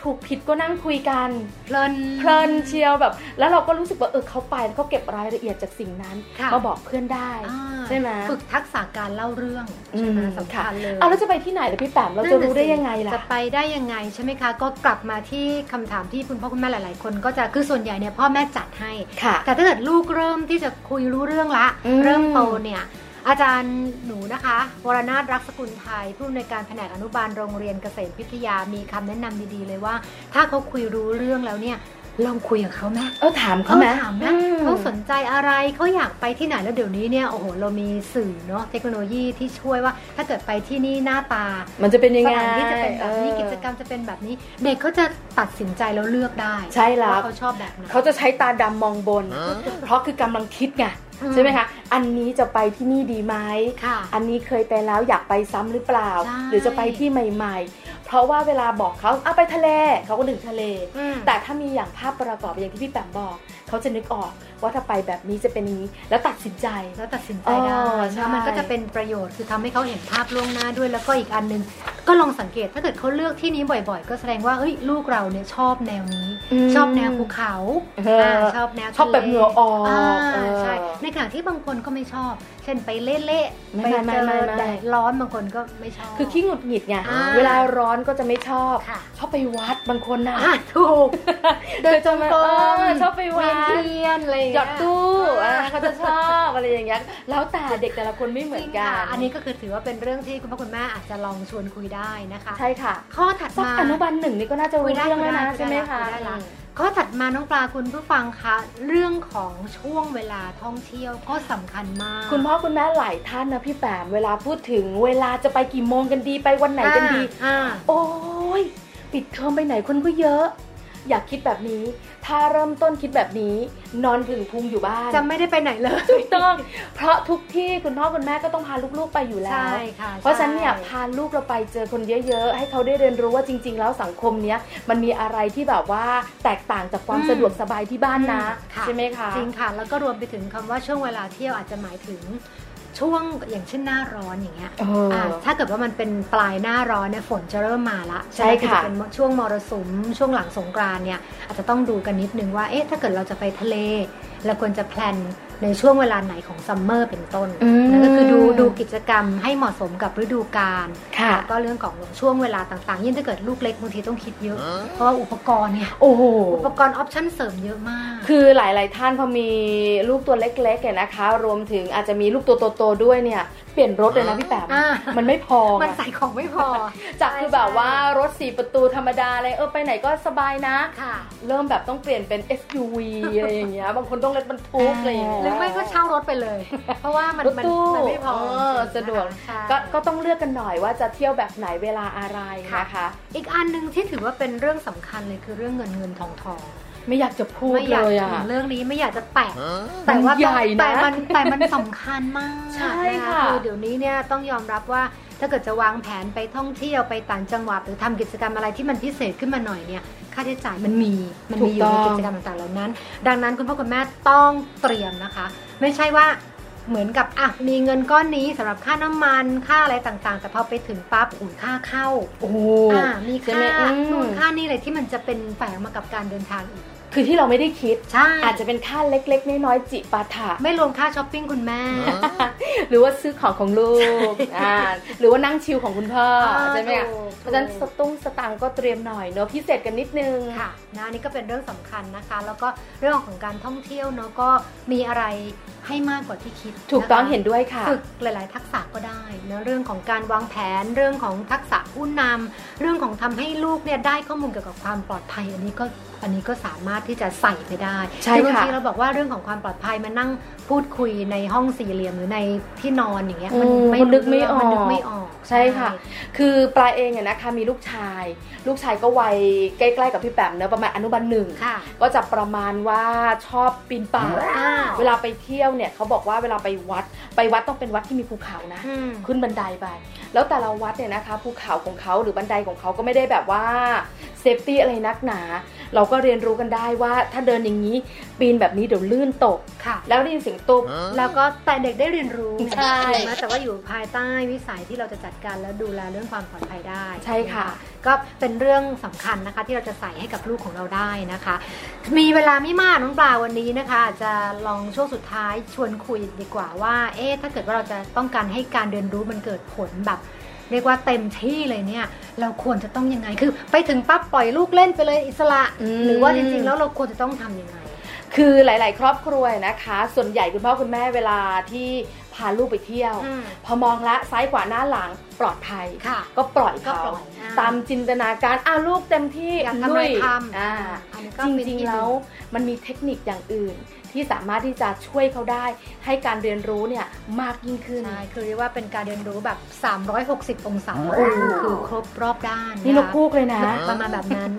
ถูกผิดก็นั่งคุยกัน เพลิน เพลินเชียวแบบ แล้วเราก็รู้สึกว่าเออเขาไปแล้วเขาเก็บรายละเอียดจากสิ่งนั้น ค่ะ มาบอกเพื่อนได้ อ่า ใช่ไหม ฝึกทักษะการเล่าเรื่อง อื ใช่ไหม ม สำ ค่ะ คัญเลย เอาแล้วจะไปที่ไหนล่ะพี่แปมเราจะรู้ได้ยังไงล่ะ จะไปได้ยังไงใช่ไหมคะ ก็กลับมาที่คำถามที่คุณพ่อคุณแม่หลาย ๆ คนก็จะคือส่วนใหญ่เนี่ยพ่อแม่จัดให้ ค่ะ แต่ถ้าเกิดลูกเริ่มที่จะคุยรู้เรื่องละ อืม เริ่มโตเนี่ยอาจารย์หนูนะคะวรนาถรักษกุลไทยผู้อำนวยการแผนกอนุบาลโรงเรียนเกษตรพิทยามีคำแนะนำดี ๆ เลยว่า ถ้าเขาคุยรู้เรื่องแล้วเนี่ยลองคุยกับเขาไหม เออถามเขาไหม ออถามนะ อืม เขาสนใจอะไรเขาอยากไปที่ไหนแล้วเดี๋ยวนี้เนี่ยโอ้โหเรามีสื่อเนาะเทคโนโลยีที่ช่วยว่า ถ้าเกิดไปที่นี่หน้าตา มันจะเป็นยัง ส ไง ถานที่จะเป็นแบบนี้ เออ กิจกรรมจะเป็นแบบนี้ เด็กเขาจะตัดสินใจแล้วเลือกได้ ใช่แล้ว ว่าเขาชอบแบบไหน เขาจะใช้ตาดำมองบน เพราะคือกำลังคิดไง อืม ใช่ไหมคะ อันนี้จะไปที่นี่ดีไหม ค่ะ อันนี้เคยไปแล้วอยากไปซ้ำหรือเปล่า ใช่ หรือจะไปที่ใหม่ ๆ เพราะว่าเวลาบอกเขาเอาไปทะเลเขาก็นึกทะเล อืม แต่ถ้ามีอย่างภาพประกอบอย่างที่พี่แปมบอก เขาจะนึกออกว่าถ้าไปแบบนี้จะเป็นอย่างนี้ แล้วตัดสินใจ แล้วตัดสินใจได้ อ๋อ นะ ใช่ มันก็จะเป็นประโยชน์คือทำให้เขาเห็นภาพล่วงหน้าด้วยแล้วก็อีกอันหนึง ก็ลองสังเกตถ้าเกิดเขาเลือกที่นี้บ่อยๆ ก็แสดงว่าเอ้ยลูกเราเนี่ยชอบแนวนี้ ชอบแนวภูเขา เอออ่ าชอบแนวทะเล ชอบแบบเหงื่อออกเออ ใช่ในขณะที่บางคนก็ไม่ชอบ เช่นไปเละๆ ไม่ ไป ไม่ เจอ ไม่ไม่ แดดร้อนบางคนก็ไม่ชอบ คือขี้หงุดหงิดไง อ่า เวลาร้อนก็จะไม่ชอบ ค่ะ ชอบไปวัดบางคนนะ อ่ะถูก เดินจงกรม เอ ชอบไปวัด เวียนๆอะไราง หย เงี้ อดตู้อ่าเขาจะชอบอะไรอย่างเงี้ย แล้วแต่เด็กแต่ละคนไม่เหมือนกัน จริงค่ะอันนี้ก็คือถือว่าเป็นเรื่องที่คุณพ่อคุณแม่อาจจะลองชวนคุยได้นะคะ ใช่ค่ะ ข้อถัด สัก มา อนุบาลหนึ่งนี่ก็น่าจะรู้ คุยได้ เรื่องแล้วนะ คุยได้ ใช่ไหมคะ คุยได้ละ ข้อถัดมาน้องปลาคุณผู้ฟังคะเรื่องของช่วงเวลาท่องเที่ยวก็สำคัญมาก คุณพ่อคุณแม่หลายท่านนะพี่แปมเวลาพูดถึงเวลาจะไปกี่โมงกันดีไปวันไหนกันดี อ่า โอ้ยปิดเทอมไปไหนคนก็เยอะ อยากคิดแบบนี้ ถ้าเริ่มต้นคิดแบบนี้ นอนถึงพุงอยู่บ้าน จะไม่ได้ไปไหนเลย ถูกต้อง เพราะทุกที่คุณพ่อคุณแม่ก็ต้องพาลูกๆไปอยู่แล้ว ใช่ค่ะ เพราะฉะนั้นเนี่ย ใช่ พาลูกเราไปเจอคนเยอะ ๆ ให้เขาได้เรียนรู้ว่าจริง ๆ แล้วสังคมเนี้ยมันมีอะไรที่แบบว่าแตกต่างจากความสะดวกสบายที่บ้านนะ ค่ ใช่ไหมคะ จริงค่ะ แล้วก็รวมไปถึงคำว่าช่วงเวลาเที่ยวอาจจะหมายถึงช่วงอย่างเช่นหน้าร้อนอย่างเงี้ย เอออ่ ะถ้าเกิดว่ามันเป็นปลายหน้าร้อนเนี่ยฝนจะเริ่มมาละ ใช่ ไหม ค่ะ จเป็นช่วงมรสุมช่วงหลังสงกรานต์เนี่ยอาจจะต้องดูกันนิดนึงว่าเอ๊ะถ้าเกิดเราจะไปทะเลเราควรจะแพลนในช่วงเวลาไหนของซัมเมอร์เป็นต้น อืม นั่นก็คือดูดูกิจกรรมให้เหมาะสมกับฤดูกาล ค่ะ แล้วก็เรื่องของช่วงเวลาต่างๆ ยิ่งถ้าเกิดลูกเล็กบางทีต้องคิดเยอะ เพราะว่าอุปกรณ์เนี่ย โอ้โห อุปกรณ์ออปชั่นเสริมเยอะมาก คือหลาย ๆ ท่านพอมีลูกตัวเล็กๆเนี่ยนะคะ รวมถึงอาจจะมีลูกตัวโตๆด้วยเนี่ย เปลี่ยนรถเลยนะพี่แป๋ม อ่ามั มันไม่พอไง มันใส่ของไม่พอ จากคือแบบว่ารถสี่ประตูธรรมดาเลยเออไปไหนก็สบายนะ ค่ะ เริ่มแบบต้องเปลี่ยนเป็น SUV อะไรอย่างเงี้ย บางคนต้องรถบรรทุกอะไรอย่างเงี้ย หรือไม่ก็เช่ารถไปเลย (laughs) เพราะว่ามัน รถ มัน ตู้ มันไม่พอ เอ จริงๆนค สะดวก ใช่ ก็ก็ต้องเลือกกันหน่อยว่าจะเที่ยวแบบไหนเวลาอะไร ค่ะ นะคะ อีกอันหนึ่งที่ถือว่าเป็นเรื่องสำคัญเลยคือเรื่องเงินเงินทองทอง ไม่อยากจะพูด ไม่เลยอาก ย ถึ อ่ะ งเรื่องนี้ไม่อยากจะแปะแต่ว่า มันใหญ่นะ แต่มันแต่มันสำคัญมาก ใช่ น ค่ะ คือเดี๋ยวนี้เนี่ยต้องยอมรับว่าถ้าเกิดจะวางแผนไปท่องเที่ยวไปต่างจังหวัดหรือทำกิจกรรมอะไรที่มันพิเศษขึ้นมาหน่อยเนี่ย ค่าใช้จ่ายมันมีมันมีอยู่ในกิจกรรมต่างๆเหล่านั้น ดังนั้นคุณพ่อคุณแม่ต้องเตรียมนะคะ ไม่ใช่ว่าเหมือนกับอ่ะมีเงินก้อนนี้สำหรับค่าน้ำมันค่าอะไรต่างๆ แต่พอไปถึงปั๊บอุ้ยค่าเข้า โอ้โห อ่ามี ใช่ไหม ค่า อืม นู่นค่านี่อะไรที่มันจะเป็นแฝงมากับการเดินทางอีก คือที่เราไม่ได้คิด ใช่ อาจจะเป็นค่าเล็ก ๆ น้อยๆจิปาถะ ไม่รวมค่าช้อปปิ้งคุณแม่ หรือว่าซื้อของของลู (laughs) กอ่าหรือว่านั่งชิลของคุณพ่อ อ่า ใช่ไหมคะ ถูก เพราะฉะนั้นสตุ้งสตังค์ก็เตรียมหน่อยเนอะพิเศษกันนิดนึง ค่ะนะอันนี่ก็เป็นเรื่องสำคัญนะคะ แล้วก็เรื่องของการท่องเที่ยวเนาะก็มีอะไรให้มากกว่าที่คิด ถูกต้อง ะคะ เห็นด้วยค่ะ ฝึกหลาย ๆ ทักษะก็ได้นะเรื่องของการวางแผนเรื่องของทักษะผู้นำเรื่องของทำให้ลูกเนี่ยได้ข้อมูลเกี่ยวกับความปลอดภัย อันนี้ก็อันนี้ก็สามารถที่จะใส่ไปได้ ใช่ คือบาง ค่ะ ทีเราบอกว่าเรื่องของความปลอดภัยมานั่งพูดคุยในห้องสี่เหลี่ยมหรือในที่นอนอย่างเงี้ย อืมมันนึกไม่ออก มันนึกไม่ออก ใช่ค่ะ คือปลาเองเนี่ยนะคะมีลูกชาย ลูกชายก็วัยใกล้ๆกับพี่แปมเนอะประมาณอนุบาลหนึ่ง ค่ะ ก็จะประมาณว่าชอบปีนป่าย อ้าว เวลาไปเที่ยวเนี่ยเขาบอกว่าเวลาไปวัดไปวัดต้องเป็นวัดที่มีภูเขานะ อืม ขึ้นบันไดไป แล้วแต่ละวัดเนี่ยนะคะภูเขาของเขาหรือบันไดของเขาก็ไม่ได้แบบว่าเซฟตี้อะไรนักหนา เราก็เรียนรู้กันได้ว่าถ้าเดินอย่างนี้ปีนแบบนี้เดี๋ยวลื่นตก ค่ะ แล้วได้ยินเสียงตุบ แล้วก็แต่เด็กได้เรียนรู้ ใช่ ถูกไหมแต่ว่าอยู่ภายใต้วิสัยที่เราจะจัดการแล้วดูแลเรื่องความปลอดภัยได้ ใช่ค่ะ ก็เป็นเรื่องสำคัญนะคะ ที่เราจะใส่ให้กับลูกของเราได้นะคะ มีเวลาไม่มากน้องปลาวันนี้นะคะอาจจะลองช่วงสุดท้ายชวนคุยดีกว่าว่า เอ๊ะถ้าเกิดว่าเราจะต้องการให้การเรียนรู้มันเกิดผลแบบ เรียกว่าเต็มที่เลยเนี่ย เราควรจะต้องยังไงคือ ไปถึงปั๊บปล่อยลูกเล่นไปเลยอิสระ อืม หรือว่าจริงๆแล้วเราควรจะต้องทำยังไง คือหลาย ๆ ครอบครัวนะคะ ส่วนใหญ่คุณพ่อคุณแม่เวลาที่พาลูกไปเที่ยว อืม พอมองละซ้ายขวาหน้าหลังปลอดภัย ค่ะ ก็ปล่อย ก็ เขา ปล่อยอ่า ตามจินตนาการอ้าวลูกเต็มที่ อยากทำอะไร ลุย ทำ อ่า อันนี้ จ ก็เป็น ริง อีกหๆแล้ว นึ่ มันมีเทคนิคอย่างอื่น ที่สามารถที่จะช่วยเขาได้ ให้การเรียนรู้เนี่ยมากยิ่งขึ้น ใช่คือเรียกว่าเป็นการเรียนรู้แบบ 360 องศาคือครบรอบด้าน นี่นกพูกเลยนะ (laughs) นะ ประมาณแบบนั้น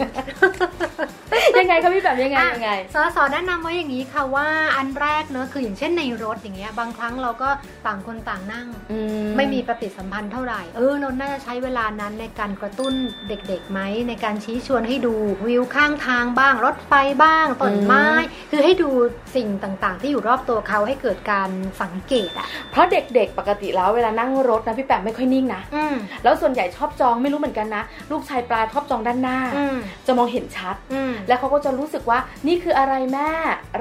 ยังไงคะพี่แบบ (laughs) ยังไงยังไง สสแนะนำไว้อย่างนี้ค่ะว่าอันแรกเนอะคืออย่างเช่นในรถอย่างเงี้ยบางครั้งเราก็ต่างคนต่างนั่ง อื ไม่มีปฏิสัมพันธ์เท่าไหร่ เออ เราน่าจะใช้เวลานั้นในการกระตุ้นเด็กๆไหม ในการชี้ชวนให้ดูวิวข้างทางบ้าง รถไฟบ้างต้นไม้ คือให้ดูสิ่งต่างๆ ที่อยู่รอบตัวเขาให้เกิดการสังเกตอ่ะ เพราะเด็กๆ ปกติแล้วเวลานั่งรถนะพี่แปมไม่ค่อยนิ่งนะ อืม แล้วส่วนใหญ่ชอบจองไม่รู้เหมือนกันนะ ลูกชายปลาชอบจองด้านหน้า อืม จะมองเห็นชัด อืม แล้วเขาก็จะรู้สึกว่านี่คืออะไรแม่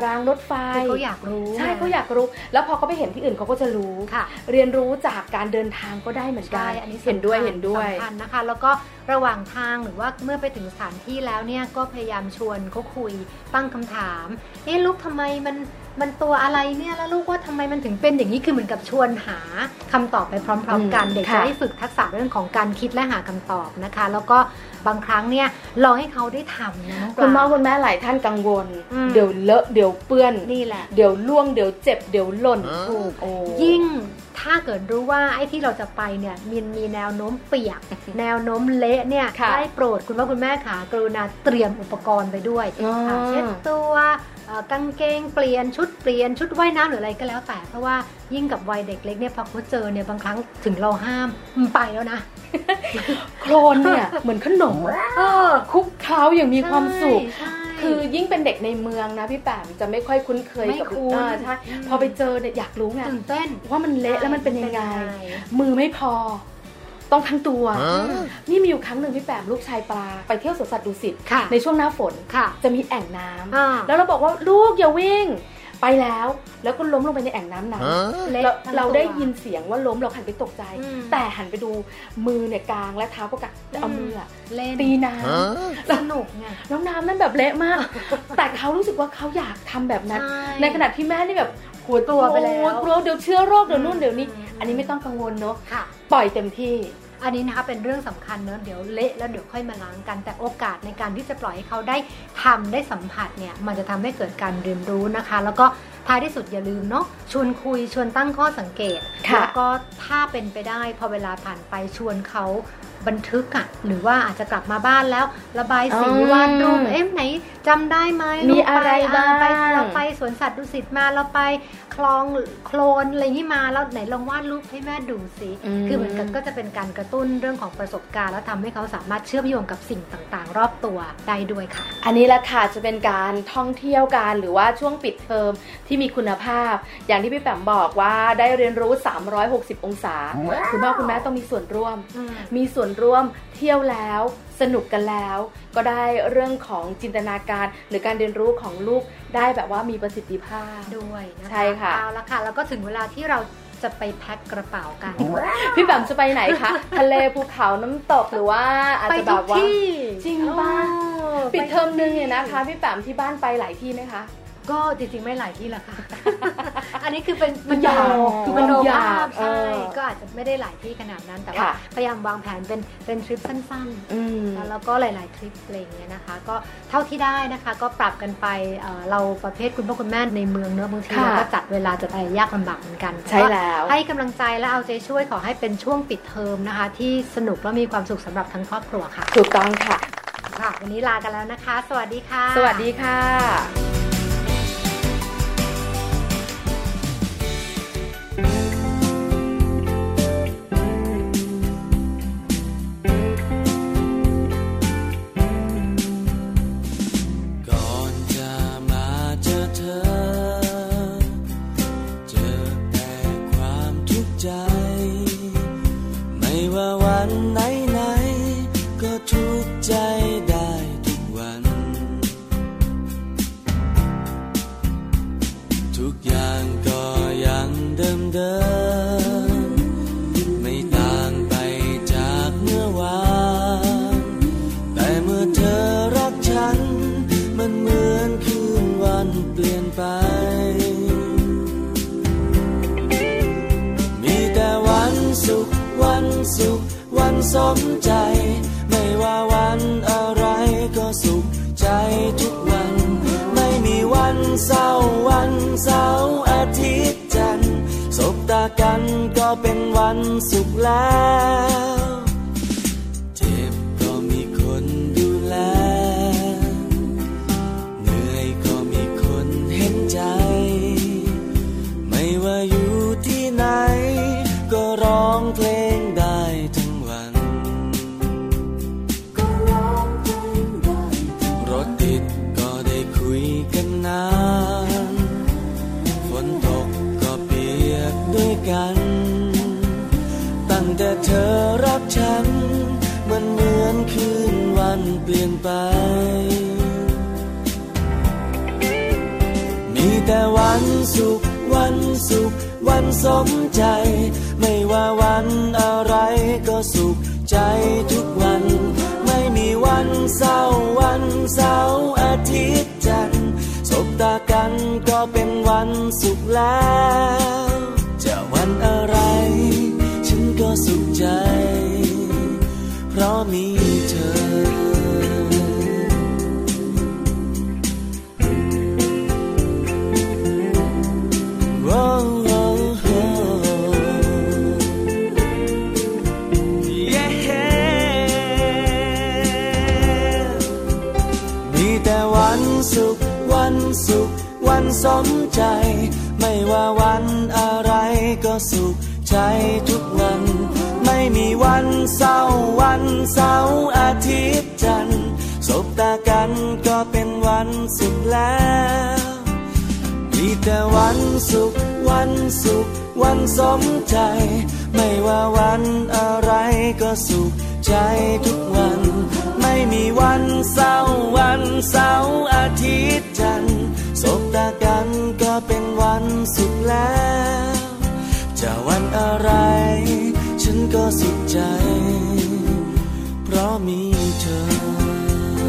รางรถไฟ คือเขาอยากรู้ ใช่ ไง เขาอยากรู้ แล้วพอเขาไปเห็นที่อื่นเขาก็จะรู้ ค่ะ เรียนรู้จากการเดินทางก็ได้เหมือนกั ใช่ น อันนี้สำคัญ เห็นด้วยเห็นด้วย สำคัญนะคะ แล้วก็ระหว่างทางหรือว่าเมื่อไปถึงสถานที่แล้วเนี่ยก็พยายามชวนเขาคุยตั้งคำถาม เอ๊ะลูกทำไมมันมันตัวอะไรเนี่ยแล้วลูกว่าทำไมมันถึงเป็นอย่างนี้คือเหมือนกับชวนหาคำตอบไปพร้อม ๆ กัน อืม เด็กจะ ค่ะ ได้ฝึกทักษะเรื่องของการคิดและหาคำตอบนะคะ แล้วก็บางครั้งเนี่ยลองให้เขาได้ทำนะน้องปลา คุณพ่อคุณแม่หลายท่านกังวล อืม เดี๋ยวเลอะเดี๋ยวเปื้อน นี่แหละ เดี๋ยวล่วงเดี๋ยวเจ็บเดี๋ยวหล่น ถูก โอ้ ยิ่ง ถ้าเกิดรู้ว่าไอ้ที่เราจะไปเนี่ยมีมีแนวโน้มเปี (laughs) ยก แนวโน้มเละเนี่ย ค่ะ ได้โปรดคุณพ่อคุณแม่ขากรุณาเตรียมอุปกรณ์ไปด้วย อ๋อ ค่ะเช็ดตัวเอ่อกางเกงเปลี่ยนชุดเปลี่ยนชุดว่ายน้ำหรืออะไรก็แล้วแต่ เพราะว่ายิ่งกับวัยเด็กเล็กเนี่ยพอเขาเจอเนี่ยบางครั้งถึงเราห้ามมันไปแล้ว (laughs) นะ โคลนเนี่ย เหมือนขนม เออ คลุกเคล้าอย่างมีความสุข ใช่ คือยิ่งเป็นเด็กในเมืองนะพี่แปมจะไม่ค่อยคุ้นเคย ไม่ กับ คุ้น อ่าใช่พอไปเจอเนี่ยอยากรู้ไง ตื่นเต้น ว่ามันเละแล้วมันเป็นยังไง มือไม่พอ ต้องทั้งตัว นี่มีอยู่ครั้งหนึ่งพี่แปมลูกชายปลาไปเที่ยวสวนสัตว์ดุสิต ค่ะ ในช่วงหน้าฝน ค่ะ จะมีแอ่งน้ำ อ่า แล้วเราบอกว่าลูกอย่าวิ่ง ไปแล้ว แล้วก็ล้มลงไปในแอ่งน้ำหนัก ละ เรา ทั้ง เราได้ยิน ตัว เสียงว่าล้มเราหันไปตกใจ อืม แต่หันไปดูมือเนี่ยกลางและเท้าก็กางแต่เอามืออะ เล่น ตีน้ำ สนุก (laughs) ไง แล้วน้ำนั่นแบบเละม (laughs) าก แต่เขารู้สึกว่าเขาอยากทำแบบนั้น ใช่ ในขณะที่แม่นี่แบบหัวตัวไปแล้กวลัว กลัวเดี๋ยวเชื้อโรคเดี๋ยวนู่นเดี๋ยวนี้ อืม อันนี้ไม่ต้องกังวลเนาะ ค่ะ ปล่อยเต็มที่ อันนี้นะคะเป็นเรื่องสำคัญเนอะเดี๋ยวเละแล้วเดี๋ยวค่อยมาล้างกัน แต่โอกาสในการที่จะปล่อยให้เขาได้ทำได้สัมผัสเนี่ยมันจะทำให้เกิดการเรียนรู้นะคะ แล้วก็ท้ายที่สุดอย่าลืมเนาะชวนคุยชวนตั้งข้อสังเกต ค่ะ แล้วก็ถ้าเป็นไปได้พอเวลาผ่านไปชวนเขาบันทึกอะหรือว่าอาจจะกลับมาบ้านแล้ว ระบายสี อืม วาดรูปเอ๊ะไหนจำได้ไหม มีอะไร ป บ้าง ไปเราไปสวนสัตว์ดุสิตมาเราไปคลองโคลนอะไรนี่มาแล้วไหนลองวาดรูปให้แม่ดูสิ คือเหมือนกันก็จะเป็นการกระตุ้นเรื่องของประสบการณ์ แล้วทำให้เขาสามารถเชื่อมโยงกับสิ่งต่างๆ รอบตัวได้ด้วยค่ะ อันนี้แหละค่ะจะเป็นการท่องเที่ยวการหรือว่าช่วงปิดเทอมที่มีคุณภาพ อย่างที่พี่แปมบอกว่าได้เรียนรู้ 360 องศาคุณพ่อคุณแม่ต้องมีส่วนร่วม มีส่วนร่วมเที่ยวแล้วสนุกกันแล้ว ก็ได้เรื่องของจินตนาการ หรือการเรียนรู้ของลูกได้แบบว่ามีประสิทธิภาพ ด้วยนะคะ ใช่ค่ะ เอาละค่ะ แล้วก็ถึงเวลาที่เราจะไปแพ็คกระเป๋ากัน พี่แบมจะไปไหนคะ ทะเลภูเขาน้ำตกหรือว่าอาจ ไป จะแบ ทุก บว่า ที่ จริงป่ะ เออ ปิดเทอม ไป นึงเนี่ยนะคะ พี่แปมที่บ้านไปหลายที่ไหมคะ ก็จริงๆไม่หลายที่ละ (laughs) ค่ะ อันนี้คือเป็น มันยาว คือเป็นโด มันยาว ภาพ เอ ใช่ อ ก็อาจจะไม่ได้หลายที่ขนาดนั้นแต่ว่า ค่ะ พยายามวางแผนเป็นเป็นทริปสั้นๆ อืม แล้วก็หลาย ๆ คลิปอะไรอย่างเงี้ยนะคะ ก็เท่าที่ได้นะคะก็ปรับกันไปเอ่อเราประเภทคุณพ่อคุณแม่ในเมืองเนอะบางที ค่ะ เราก็จัดเวลาจัดอะไรยากลำบากเหมือนกัน ใช่แล้ว ก็ให้กำลังใจและเอาใจช่วยขอให้เป็นช่วงปิดเทอมนะคะ ที่สนุกและมีความสุขสำหรับทั้งครอบครัวค่ะ ถูกต้องค่ะ ค่ะ วันนี้ลากันแล้วนะคะ สวัสดีค่ะ สวัสดีค่ะ ก่อนจะมาเจอเธอ เจอแต่ความทุกข์ใจ ไม่ว่าวันไหนไหนๆก็ทุกข์ใจได้ทุกวัน ทุกอย่างก็ยังเดิมเดิมๆไม่ต่างไปจากเมื่อวาน แต่เมื่อเธอรักฉัน มันเหมือนคืนวันเปลี่ยนไป มีแต่วันสุข วันสุข วันสมใจ ไม่ว่าวันอะไรก็สุขใจทุกวัน ไม่มีวันเศร้าวันเสาร์อาทิตย์จันทร์สบตากันก็เป็นวันสุขแล้ว เจ็บก็มีคนดูแล เหนื่อยก็มีคนเห็นใจ ไม่ว่าอยู่ที่ไหน ก็ร้องเพลงได้ทั้งวัน รถติดก็ได้คุยกันนาน ฝนตกก็เปียกด้วยกัน ตั้งแต่เธอรักฉัน มันเหมือนคืนวันเปลี่ยนไป มีแต่วันสุข วันสุข วันสมใจ ไม่ว่าวันอะไรก็สุขใจทุกวัน ไม่มีวันเศร้าวันเสาร์อาทิตย์จันทร์สบตากันก็เป็นวันสุขแล้ว จะวันอะไร ฉันก็สุขใจ เพราะมีเธอ Whoa, whoa, whoa. มใจ ไม่ว่าวันอะไรก็สุขใจทุกวัน ไม่มีวันเศร้าวันเสาร์อาทิตย์จันทร์สบตากันก็เป็นวันสุขแล้ว มีแต่วันสุขวันสุขวันสมใจ ไม่ว่าวันอะไรก็สุขใจทุกวัน ไม่มีวันเศร้าวันเสาร์อาทิตย์จันทร์สบตากันก็เป็นวันสุขแล้ว จะวันอะไร ฉันก็สุขใจ เพราะมีเธอ